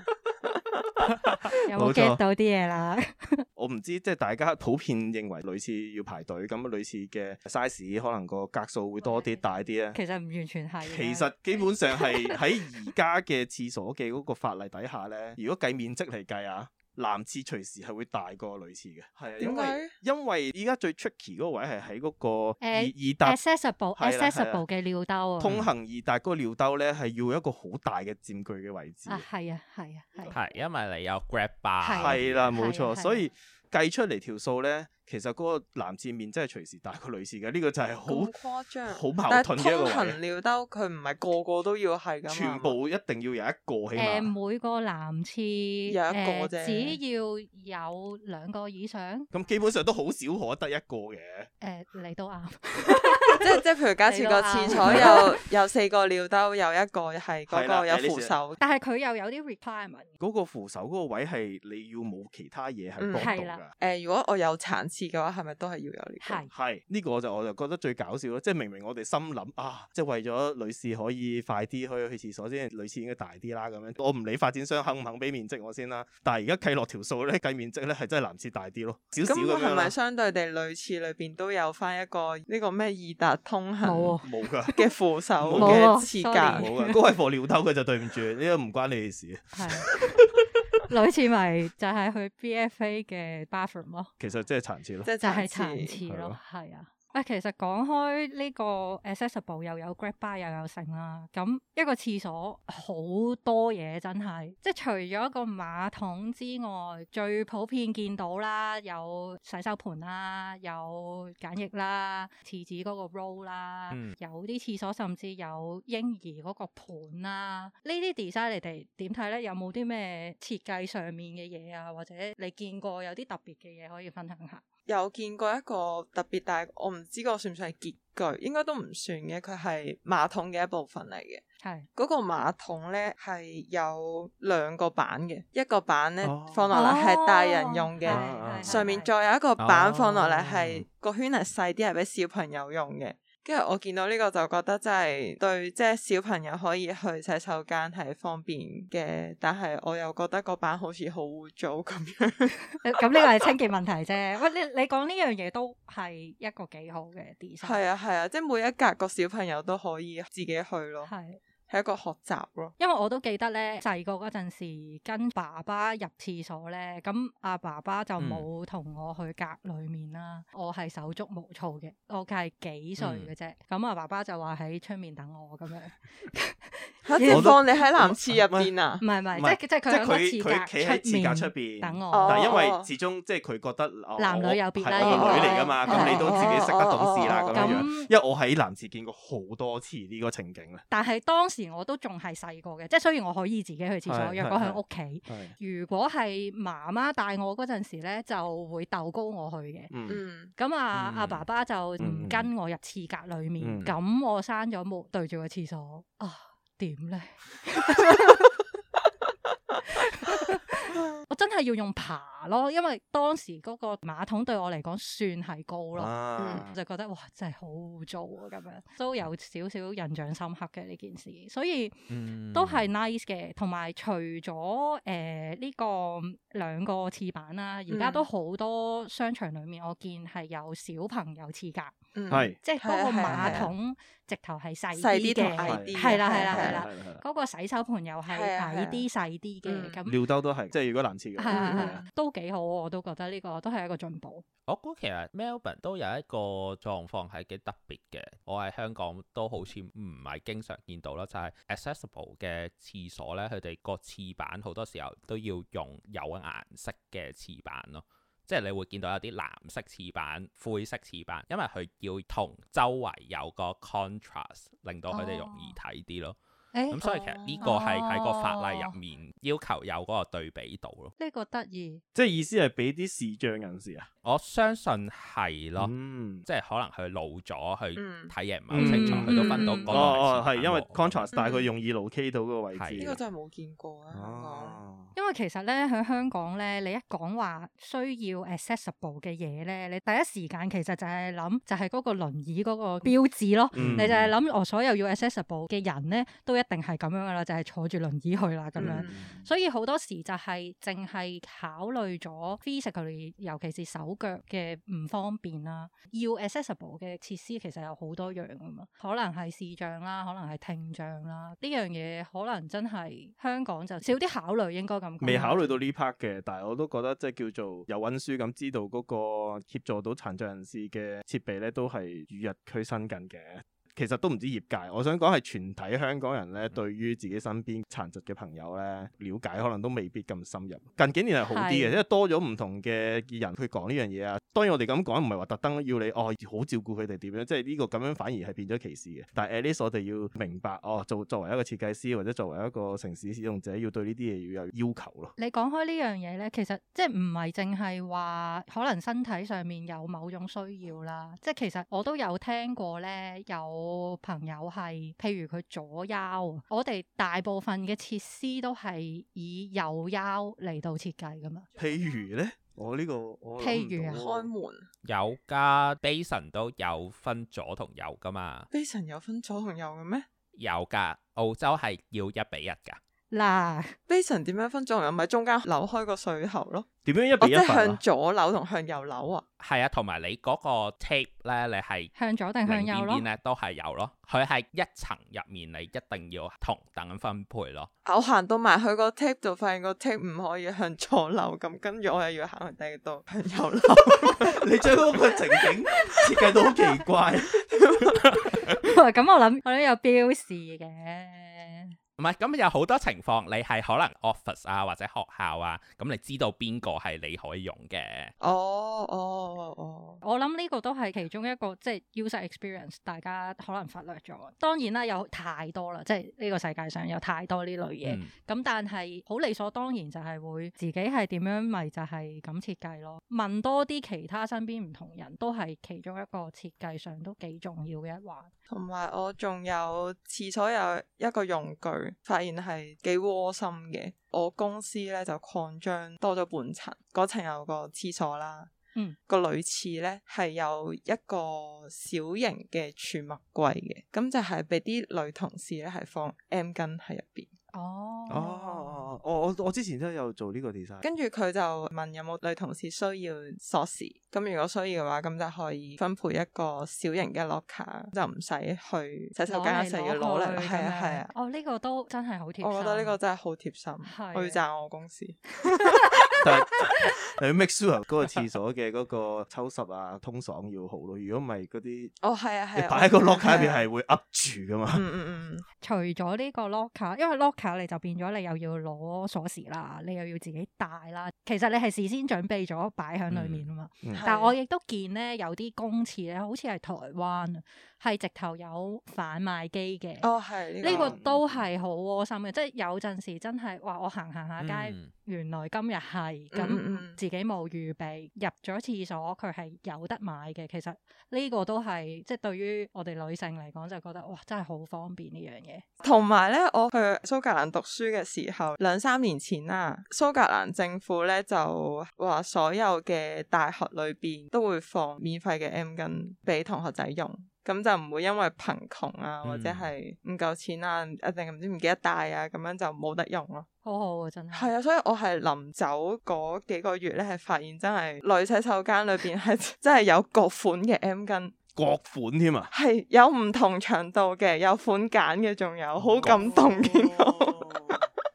[SPEAKER 1] 有冇
[SPEAKER 3] 冇錯
[SPEAKER 1] get 到啲嘢啦？
[SPEAKER 3] 我唔知，即係大家普遍認為女廁要排隊，咁女廁嘅 size 可能個格數會多啲、大啲咧。
[SPEAKER 1] 其實唔完全係嘅，
[SPEAKER 3] 其實基本上係喺而家嘅廁所嘅嗰個法例底下咧，如果計面積嚟計啊，男廁隨時係會大過女廁嘅。係啊，因
[SPEAKER 2] 點
[SPEAKER 3] 為
[SPEAKER 2] 解？
[SPEAKER 3] 因為依家最 tricky 嗰個位係喺嗰個
[SPEAKER 1] 誒
[SPEAKER 3] 易易達
[SPEAKER 1] accessible
[SPEAKER 3] 係啦係
[SPEAKER 1] accessible
[SPEAKER 3] 啦
[SPEAKER 1] 嘅尿兜啊，
[SPEAKER 3] 通行易達嗰個尿兜咧，係要一個好大嘅佔據嘅位置。
[SPEAKER 1] 啊係啊係啊係啊，
[SPEAKER 4] 係因為你有 Grab bar，
[SPEAKER 3] 係啦，冇
[SPEAKER 1] 係啊
[SPEAKER 3] 錯，
[SPEAKER 1] 係啊
[SPEAKER 3] 所以計出嚟條數咧，其實嗰個男廁面真係隨時大過女廁嘅，呢個就係
[SPEAKER 2] 咁
[SPEAKER 3] 好
[SPEAKER 2] 誇張，
[SPEAKER 3] 好矛
[SPEAKER 2] 但係
[SPEAKER 3] 盾嘅一個
[SPEAKER 2] 通
[SPEAKER 3] 位
[SPEAKER 2] 行
[SPEAKER 3] 嚟，
[SPEAKER 2] 尿兜佢唔係個個都要係咁，
[SPEAKER 3] 全部一定要有一個起
[SPEAKER 1] 誒
[SPEAKER 3] 碼。
[SPEAKER 1] 每個男廁
[SPEAKER 2] 有一
[SPEAKER 1] 誒
[SPEAKER 2] 個啫
[SPEAKER 1] 只要有兩個以上
[SPEAKER 3] 咁基本上都好少可得一個嘅，
[SPEAKER 1] 誒嚟到啊啱，
[SPEAKER 2] 即係即係譬如假設個廁所有 有四個尿兜，有一個係嗰
[SPEAKER 3] 係啦
[SPEAKER 2] 個有
[SPEAKER 3] 誒呢
[SPEAKER 2] 扶
[SPEAKER 3] 時
[SPEAKER 2] 手，
[SPEAKER 1] 但係佢又有啲 requirement，
[SPEAKER 3] 嗰個扶手嗰個位係你要冇其他嘢係
[SPEAKER 2] 嗯
[SPEAKER 3] 幫
[SPEAKER 1] 係
[SPEAKER 3] 到
[SPEAKER 1] 啦
[SPEAKER 3] 㗎。
[SPEAKER 2] 誒如果我有殘廁嘅話，係咪都係要有呢個？
[SPEAKER 1] 係
[SPEAKER 3] 係呢、個就我就覺得最搞笑咯，即係明明我哋心諗啊，即係為咗女士可以快啲可以去廁所先，女士應該大啲啦咁樣。我唔理發展商肯唔肯俾面積我先啦，但係而家計落條數咧，計面積咧係真係男廁大啲咯，少少
[SPEAKER 2] 咁
[SPEAKER 3] 咁樣
[SPEAKER 2] 係
[SPEAKER 3] 啦
[SPEAKER 2] 咪，相對地類似裏邊都有翻一個呢個咩易達通
[SPEAKER 1] 冇
[SPEAKER 2] 行
[SPEAKER 1] 啊
[SPEAKER 3] 冇㗎。
[SPEAKER 2] 嘅扶手
[SPEAKER 3] 冇
[SPEAKER 2] 嘅
[SPEAKER 1] 啊
[SPEAKER 2] 設
[SPEAKER 1] sorry
[SPEAKER 2] 計？
[SPEAKER 3] 冇㗎，高係貨尿兜佢就對唔住，呢個唔關你哋事。
[SPEAKER 1] 係 女廁咪就係去 BFA 嘅 bathroom 咯，
[SPEAKER 3] 其實即係殘廁咯
[SPEAKER 2] 即，係
[SPEAKER 1] 就係
[SPEAKER 2] 殘
[SPEAKER 1] 殘
[SPEAKER 2] 廁，
[SPEAKER 1] 廁
[SPEAKER 3] 係
[SPEAKER 1] 咯
[SPEAKER 3] 咯，
[SPEAKER 1] 係啊。喂，其實講開呢個 accessible 又有 grab bar 又有剩啦，咁一個廁所好多嘢真係，即係除咗個馬桶之外，最普遍見到啦，有洗手盆啦，有梘液啦，廁紙嗰個 roll 啦，
[SPEAKER 4] 嗯
[SPEAKER 1] 有啲廁所甚至有嬰兒嗰個盤啦，呢啲 design 你哋點睇咧？有冇啲咩設計上面嘅嘢啊，或者你見過有啲特別嘅嘢可以分享下？
[SPEAKER 2] 有見過一個特別大，我唔知個算唔算係潔具，應該都唔算嘅，佢係馬桶嘅一部分嚟嘅。
[SPEAKER 1] 係。
[SPEAKER 2] 嗰個馬桶咧係有兩個板嘅，一個板咧
[SPEAKER 3] 哦
[SPEAKER 2] 放落嚟係大人用
[SPEAKER 3] 啊
[SPEAKER 2] 嘅，
[SPEAKER 1] 哦
[SPEAKER 3] 係係
[SPEAKER 2] 上面
[SPEAKER 1] 係
[SPEAKER 2] 再有一個板放落嚟係
[SPEAKER 3] 哦
[SPEAKER 2] 個圈係細啲，係俾小朋友用嘅。跟住我見到呢個就覺得真係對，即係小朋友可以去洗手間係方便嘅，但係我又覺得個板好似好污糟咁樣。
[SPEAKER 1] 誒咁呢個係清潔問題啫。 喂，你你講呢樣嘢都係一個幾好嘅 design。
[SPEAKER 2] 係啊係啊，即係每一格個小朋友都可以自己去咯，
[SPEAKER 1] 係，
[SPEAKER 2] 係一個學習咯。
[SPEAKER 1] 因為我都記得咧，細個嗰陣時跟爸爸入廁所咧，咁阿爸爸就
[SPEAKER 3] 嗯
[SPEAKER 1] 冇同我去隔裡面啦，我係手足無措嘅，我係幾歲嘅
[SPEAKER 3] 嗯
[SPEAKER 1] 啫，咁阿、爸爸就話喺出面等我咁樣，
[SPEAKER 2] 嚇！
[SPEAKER 1] 我
[SPEAKER 2] 點
[SPEAKER 3] 都
[SPEAKER 2] 放你喺男廁入邊啊
[SPEAKER 1] 唔？係唔係，
[SPEAKER 3] 唔
[SPEAKER 1] 即
[SPEAKER 3] 係
[SPEAKER 1] 係即係佢喺個
[SPEAKER 3] 即係佢佢企喺
[SPEAKER 1] 廁
[SPEAKER 3] 廁
[SPEAKER 1] 格
[SPEAKER 3] 格
[SPEAKER 1] 出
[SPEAKER 3] 出
[SPEAKER 1] 邊
[SPEAKER 3] 邊
[SPEAKER 1] 等
[SPEAKER 2] 哦
[SPEAKER 1] 我。
[SPEAKER 3] 但係因為
[SPEAKER 2] 哦
[SPEAKER 3] 始終即係佢覺得哦
[SPEAKER 1] 男女
[SPEAKER 3] 我
[SPEAKER 1] 有別啦哦
[SPEAKER 3] 係我個女嚟㗎嘛，
[SPEAKER 1] 應該
[SPEAKER 3] 咁你都自己識得懂事啦
[SPEAKER 2] 哦
[SPEAKER 3] 咁
[SPEAKER 2] 哦
[SPEAKER 3] 樣樣
[SPEAKER 1] 咁。
[SPEAKER 3] 因為我喺男廁見過好多次呢個情景啦。啊
[SPEAKER 1] 但係當時我都仲係細個嘅，即係雖然我可以自己去廁所，
[SPEAKER 3] 係
[SPEAKER 1] 若果
[SPEAKER 3] 係
[SPEAKER 1] 喺
[SPEAKER 3] 係
[SPEAKER 1] 屋企。
[SPEAKER 3] 係，
[SPEAKER 1] 如果係媽媽帶我嗰陣時咧，就會鬥高我去嘅。
[SPEAKER 3] 嗯，
[SPEAKER 2] 嗯，
[SPEAKER 1] 咁啊，
[SPEAKER 4] 嗯
[SPEAKER 1] 阿、爸爸就唔
[SPEAKER 3] 嗯
[SPEAKER 1] 跟我入廁格裏面，
[SPEAKER 3] 嗯
[SPEAKER 1] 咁、我閂咗門對住個廁所啊， 點咧？我真係係要用爬咯，因為當時嗰個馬桶對我嚟講算係高咯。嗯
[SPEAKER 3] 啊
[SPEAKER 1] 我就覺得哇，真係好污糟啊！咁 樣都有少少印象深刻嘅呢件事，所以
[SPEAKER 4] 嗯
[SPEAKER 1] 都係 nice 嘅。同埋除咗誒呢個呃兩個廁板啦，而家
[SPEAKER 2] 嗯
[SPEAKER 1] 都好多商場裡面我見係有小朋友廁格，
[SPEAKER 2] 嗯
[SPEAKER 3] 係
[SPEAKER 1] 即係嗰個
[SPEAKER 2] 係啊係啊
[SPEAKER 1] 馬桶直頭係細
[SPEAKER 2] 細啲同
[SPEAKER 1] 嘅，
[SPEAKER 2] 矮
[SPEAKER 3] 係
[SPEAKER 2] 啲嘅，
[SPEAKER 1] 嗯係啦係啦
[SPEAKER 2] 係啊
[SPEAKER 1] 係啦
[SPEAKER 3] 係係係
[SPEAKER 1] 嗰個洗手盆又係
[SPEAKER 2] 係啊係啊
[SPEAKER 1] 矮啲細啲嘅
[SPEAKER 2] 嗯
[SPEAKER 1] 咁。
[SPEAKER 3] 尿兜都係，即係如果男廁嘅
[SPEAKER 1] 係
[SPEAKER 3] 話，
[SPEAKER 1] 啊係
[SPEAKER 2] 嗯
[SPEAKER 1] 啊， 都幾好，我都覺得呢個都係一個進步。
[SPEAKER 4] 我估其實 Melbourne 都有一個狀況係幾特別嘅，我喺香港都好似唔係經常見到啦，就係、accessible 嘅廁所咧，佢哋個廁板好多時候都要用有顏色嘅廁板咯。即係你會見到有啲藍色廁板、灰色廁板，因為佢要同周圍有個 contrast，令到佢哋容易睇啲咯。
[SPEAKER 1] 誒
[SPEAKER 4] 咁、所以其實呢個係喺個法例入面要求有嗰個對比度咯。
[SPEAKER 1] 呢個得意，
[SPEAKER 3] 即係意思係俾啲視障人士啊，
[SPEAKER 4] 我相信係咯。
[SPEAKER 3] 嗯，
[SPEAKER 4] 即係可能佢老咗，佢
[SPEAKER 2] 嗯
[SPEAKER 4] 睇嘢唔係好清楚，
[SPEAKER 3] 嗯
[SPEAKER 4] 佢都分到嗰
[SPEAKER 2] 嗯
[SPEAKER 4] 個
[SPEAKER 3] 哦哦
[SPEAKER 4] 係
[SPEAKER 3] 係
[SPEAKER 4] 時間
[SPEAKER 3] 因為
[SPEAKER 4] 喎
[SPEAKER 3] contrast，但係佢
[SPEAKER 2] 嗯
[SPEAKER 3] 用易路 K 到嗰個位
[SPEAKER 4] 係
[SPEAKER 3] 置，
[SPEAKER 2] 呢個真係冇見過啊！香港
[SPEAKER 3] 哦
[SPEAKER 1] 因為其實咧喺香港咧，你一講話需要 accessible 嘅嘢咧，你第一時間其實就係諗就係嗰個輪椅嗰個標誌咯。
[SPEAKER 3] 嗯
[SPEAKER 1] 你就係諗，我哦所有要 accessible 嘅人咧，都一定係咁樣噶啦，就係、坐住輪椅去啦咁樣。
[SPEAKER 2] 嗯
[SPEAKER 1] 所以好多時就係淨係考慮咗 physically，尤其是手腳嘅唔方便啦。要 accessible 嘅設施其實有好多樣噶嘛，可能係視障啦，可能係聽障啦，呢樣嘢可能真係香港就少啲考慮，應該咁講。
[SPEAKER 3] 未考慮到呢 part 嘅，但係我都覺得即係叫做有温書咁，知道嗰個協助到殘障人士嘅設備咧，都係與日俱新緊嘅。其實都唔止業界，我想講係全體香港人咧，對於自己身邊殘疾嘅朋友咧，了解可能都未必咁深入。近幾年係好啲嘅，
[SPEAKER 1] 係
[SPEAKER 3] 因為多咗唔同嘅人去講呢樣嘢啊。當然我哋咁講唔係話特登要你哦好照顧佢哋點樣，即係呢個咁樣反而係變咗歧視嘅。但係 at least 我哋要明白哦，做作為一個設計師或者作為一個城市使用者，要對呢啲嘢要有要求咯。
[SPEAKER 1] 你講開呢樣嘢咧，其實即係唔係淨係話可能身體上面有某種需要啦，即係其實我都有聽過咧，有朋友係譬如佢左腰啊，我哋大部分嘅設施都係以右腰嚟到設計噶嘛，
[SPEAKER 3] 譬如咧，我呢、個我
[SPEAKER 1] 譬如啊
[SPEAKER 2] 開門
[SPEAKER 4] 有噶 Basin 都有分左同右噶嘛，
[SPEAKER 2] 非常有分左同右嘅咩？
[SPEAKER 4] 有噶澳洲係要一比一噶，
[SPEAKER 1] 嗱，
[SPEAKER 2] Basin 點樣分左右？咪中間扭開個水喉咯，
[SPEAKER 3] 點樣一
[SPEAKER 2] 我
[SPEAKER 3] 比
[SPEAKER 2] 即
[SPEAKER 3] 一
[SPEAKER 2] 係
[SPEAKER 3] 份
[SPEAKER 2] 向
[SPEAKER 3] 啊？
[SPEAKER 2] 左扭同向右扭啊！
[SPEAKER 4] 係啊，同埋你嗰個 tape 咧，你係
[SPEAKER 1] 向左定向
[SPEAKER 4] 另
[SPEAKER 1] 右
[SPEAKER 4] 邊
[SPEAKER 1] 咯
[SPEAKER 4] 邊，咧都係有咯，佢係一層入面你一定要同等分配咯。
[SPEAKER 2] 啊我行到埋去個 tape 度，發現個 tape 唔可以向左扭，咁跟住我又要行去第二度哦向右扭。
[SPEAKER 3] 你將嗰個情景設計到好奇怪。
[SPEAKER 1] 咁我諗我都有標示嘅。
[SPEAKER 4] 唔係，咁有好多情況，你係可能 office 啊或者學校啊，咁你知道邊個係你可以用嘅。
[SPEAKER 2] 哦哦哦，
[SPEAKER 1] 我諗呢個都係其中一個即係 user experience，大家可能忽略咗。當然啦，有太多啦，即係呢個世界上有太多呢類嘢。
[SPEAKER 4] 嗯
[SPEAKER 1] 咁、但係好理所當然就係會自己係點樣，咪就係咁設計咯。問多啲其他身邊唔同人都係其中一個設計上都幾重要嘅一環。
[SPEAKER 2] 同埋我仲有廁所有一個用具，發現係幾窩心嘅。我公司咧就擴張多咗半層，嗰層有個廁所啦。
[SPEAKER 1] 嗯，
[SPEAKER 2] 個女廁咧係有一個小型嘅儲物櫃嘅，咁就係俾啲女同事咧係放 M 巾喺入邊。
[SPEAKER 1] 哦，
[SPEAKER 3] 哦，我我我之前都有做呢個 design。
[SPEAKER 2] 跟住佢就問有冇女同事需要鎖匙，咁如果需要嘅話，咁就可以分配一個小型嘅 locker，就唔使去洗手間
[SPEAKER 1] 攞
[SPEAKER 2] 一
[SPEAKER 1] 嚟
[SPEAKER 2] 成日攞嚟，
[SPEAKER 1] 攞去
[SPEAKER 2] 係啊
[SPEAKER 1] 咁樣
[SPEAKER 2] 係啊。
[SPEAKER 1] 哦，呢、個都真係好貼心。
[SPEAKER 2] 我覺得呢個真係好貼心
[SPEAKER 1] 係，
[SPEAKER 2] 我要讚我公司。
[SPEAKER 3] 但係你要 make sure 嗰個廁所嘅嗰個抽濕啊、通爽要好咯。如果唔係嗰啲，
[SPEAKER 2] 哦，係啊，
[SPEAKER 3] 你
[SPEAKER 2] 係啊。
[SPEAKER 3] 擺喺個 locker 入
[SPEAKER 2] 係
[SPEAKER 3] 邊
[SPEAKER 2] 啊。
[SPEAKER 3] 係會噏住噶嘛。
[SPEAKER 2] 嗯嗯嗯，
[SPEAKER 1] 除咗呢個 locker，因為 locker 你就變咗你又要攞鎖匙啦，你又要自己帶啦。其實你係事先準備咗擺喺裡面啊嘛。
[SPEAKER 3] 嗯
[SPEAKER 1] 但
[SPEAKER 2] 係
[SPEAKER 1] 我亦都見咧有啲公廁咧，好似係台灣啊係直頭有販賣機嘅。
[SPEAKER 2] 哦係呢
[SPEAKER 1] 呢個
[SPEAKER 2] 個
[SPEAKER 1] 都係好窩心嘅，即係有陣時真係話我行行下街，
[SPEAKER 4] 嗯
[SPEAKER 1] 原來今日係係
[SPEAKER 2] 嗯嗯
[SPEAKER 1] 咁
[SPEAKER 2] 嗯
[SPEAKER 1] 自己冇預備入咗廁所，佢係有得買嘅。其實呢個都係即係對於我哋女性嚟講，就覺得哇，真係好方便呢樣嘢。
[SPEAKER 2] 同埋咧，我去蘇格蘭讀書嘅時候，兩三年前啦，蘇格蘭政府咧就話所有嘅大學裏邊都會放免費嘅 M 巾俾同學仔用。咁就唔會因為貧窮啊，或者係唔夠錢啊，一定唔知唔記得帶啊，咁樣就冇得用咯。
[SPEAKER 1] 好好啊，真係。
[SPEAKER 2] 係啊，所以我係臨走嗰幾個月咧，係發現真係女洗手間裏邊係 真係有各款嘅 M 巾。
[SPEAKER 3] 各款添啊！
[SPEAKER 2] 係有唔同長度嘅，有款揀嘅，仲有
[SPEAKER 3] 哦
[SPEAKER 2] 好感動見到，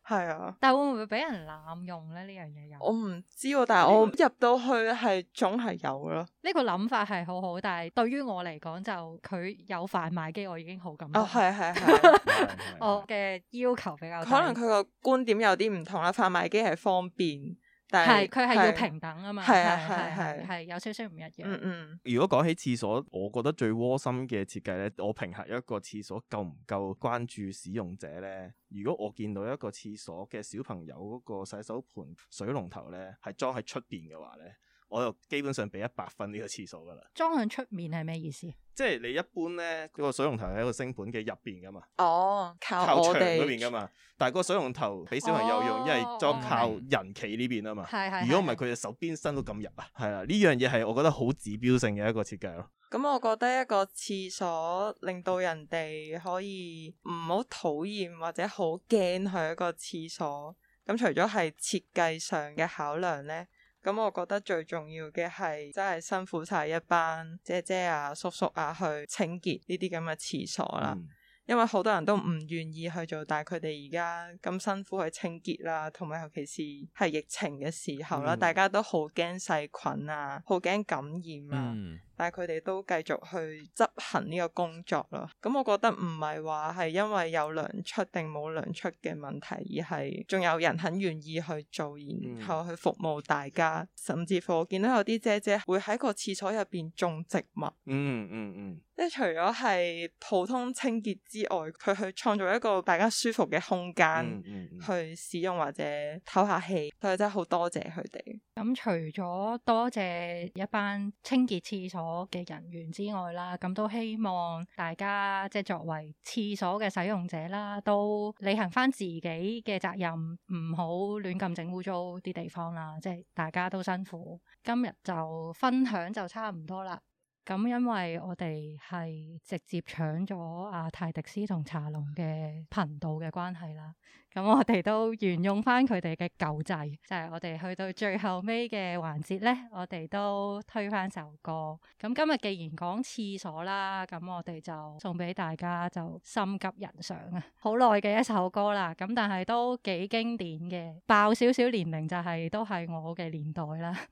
[SPEAKER 2] 係啊。
[SPEAKER 1] 但會唔會俾人濫用咧？呢樣嘢
[SPEAKER 2] 我
[SPEAKER 1] 有
[SPEAKER 2] 唔知喎，但係我入到去係總係有咯。
[SPEAKER 1] 呢個諗法係好好，但係對於我嚟講就佢有販賣機，我已經好感動。
[SPEAKER 2] 哦，係係 係，
[SPEAKER 1] 我嘅要求比較低
[SPEAKER 2] 可能佢個觀點有啲唔同啦。販賣機係方便，但
[SPEAKER 1] 係
[SPEAKER 2] 係
[SPEAKER 1] 佢係要。平等啊嘛，
[SPEAKER 2] 係啊
[SPEAKER 1] 係
[SPEAKER 2] 係
[SPEAKER 1] 係
[SPEAKER 2] 係
[SPEAKER 1] 係有少少唔一樣。
[SPEAKER 2] 嗯嗯，
[SPEAKER 3] 如果講起廁所，我覺得最窩心嘅設計呢，我評核一個廁所夠唔夠關注使用者呢。如果我見到一個廁所嘅小朋友嗰個洗手盆水龍頭呢係裝喺出邊嘅話呢，我就基本上俾一百分呢個廁所噶啦。
[SPEAKER 1] 裝向出面係咩意思？
[SPEAKER 3] 即係你一般呢，嗰個水龍頭喺個升盤嘅入邊噶嘛，
[SPEAKER 2] 哦，靠
[SPEAKER 3] 靠
[SPEAKER 2] 我
[SPEAKER 3] 牆嗰
[SPEAKER 2] 哋
[SPEAKER 3] 邊噶嘛。但係嗰個水龍頭俾小朋友用，
[SPEAKER 1] 哦
[SPEAKER 3] 因為裝
[SPEAKER 1] 哦
[SPEAKER 3] 靠人企呢邊啊嘛。
[SPEAKER 1] 係係。
[SPEAKER 3] 如果唔係，佢隻手邊伸到咁入啊，係啦，呢樣嘢係我覺得好指標性嘅一個設計咯。
[SPEAKER 2] 咁我覺得一個廁所令到人哋可以唔好討厭或者好驚去一個廁所。咁除咗係設計上嘅考量呢，咁我覺得最重要嘅係真係辛苦晒一班姐姐啊、叔叔啊去清潔呢啲咁嘅廁所啦。
[SPEAKER 3] 嗯
[SPEAKER 2] 因為好多人都唔願意去做，但係佢哋而家咁辛苦去清潔啦，同埋尤其是係疫情嘅時候啦，
[SPEAKER 3] 嗯
[SPEAKER 2] 大家都好驚細菌啊，好驚感染啊。
[SPEAKER 4] 嗯，
[SPEAKER 2] 但係佢哋都繼續去執行呢個工作咯。咁我覺得唔係話係因為有糧出定冇糧出嘅問題，而係仲有人肯願意去做，
[SPEAKER 3] 嗯
[SPEAKER 2] 然後去服務大家。甚至乎我見到有啲姐姐會喺個廁所入邊種植物。
[SPEAKER 3] 嗯嗯嗯，
[SPEAKER 2] 即係除咗係普通清潔之外，佢去創造一個大家舒服嘅空間
[SPEAKER 3] 嗯嗯嗯
[SPEAKER 2] 去使用或者唞下氣，所以真係好多謝佢哋。
[SPEAKER 1] 咁除咗多謝一班清潔廁所嘅人員之外啦，咁都希望大家即係作為廁所嘅使用者啦，都履行翻自己嘅責任，唔好亂咁整污糟啲地方啦。即係大家都辛苦。今日就分享就差唔多啦。咁因為我哋係直接搶咗阿泰迪斯同茶龍嘅頻道嘅關係啦。咁我哋都沿用翻佢哋嘅舊制，就係、我哋去到最後尾嘅環節咧，我哋都推翻首歌。咁今日既然講廁所啦，咁我哋就送俾大家就心急人上啊，好耐嘅一首歌啦。咁但係都幾經典嘅，爆少少年齡就係、都係我嘅年代啦。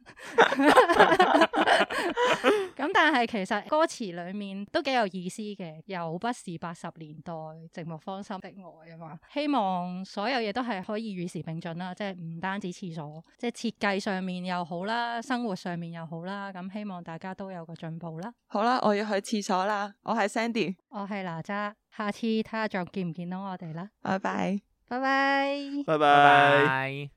[SPEAKER 1] 咁但係其實歌詞裡面都幾有意思嘅，又不是八十年代寂寞芳心的愛啊嘛。希望所有嘢都係可以與時並進啦，即係唔單止廁所，即係設計上面又好啦，生活上面又好啦。咁希望大家都有個進步啦。
[SPEAKER 2] 好啦，我要去廁所啦，我係 Sandy，
[SPEAKER 1] 我係哪吒，下次睇下仲見唔見到我哋啦。
[SPEAKER 2] 拜拜。
[SPEAKER 1] 拜拜。
[SPEAKER 3] 拜
[SPEAKER 4] 拜
[SPEAKER 3] 拜。
[SPEAKER 4] 拜。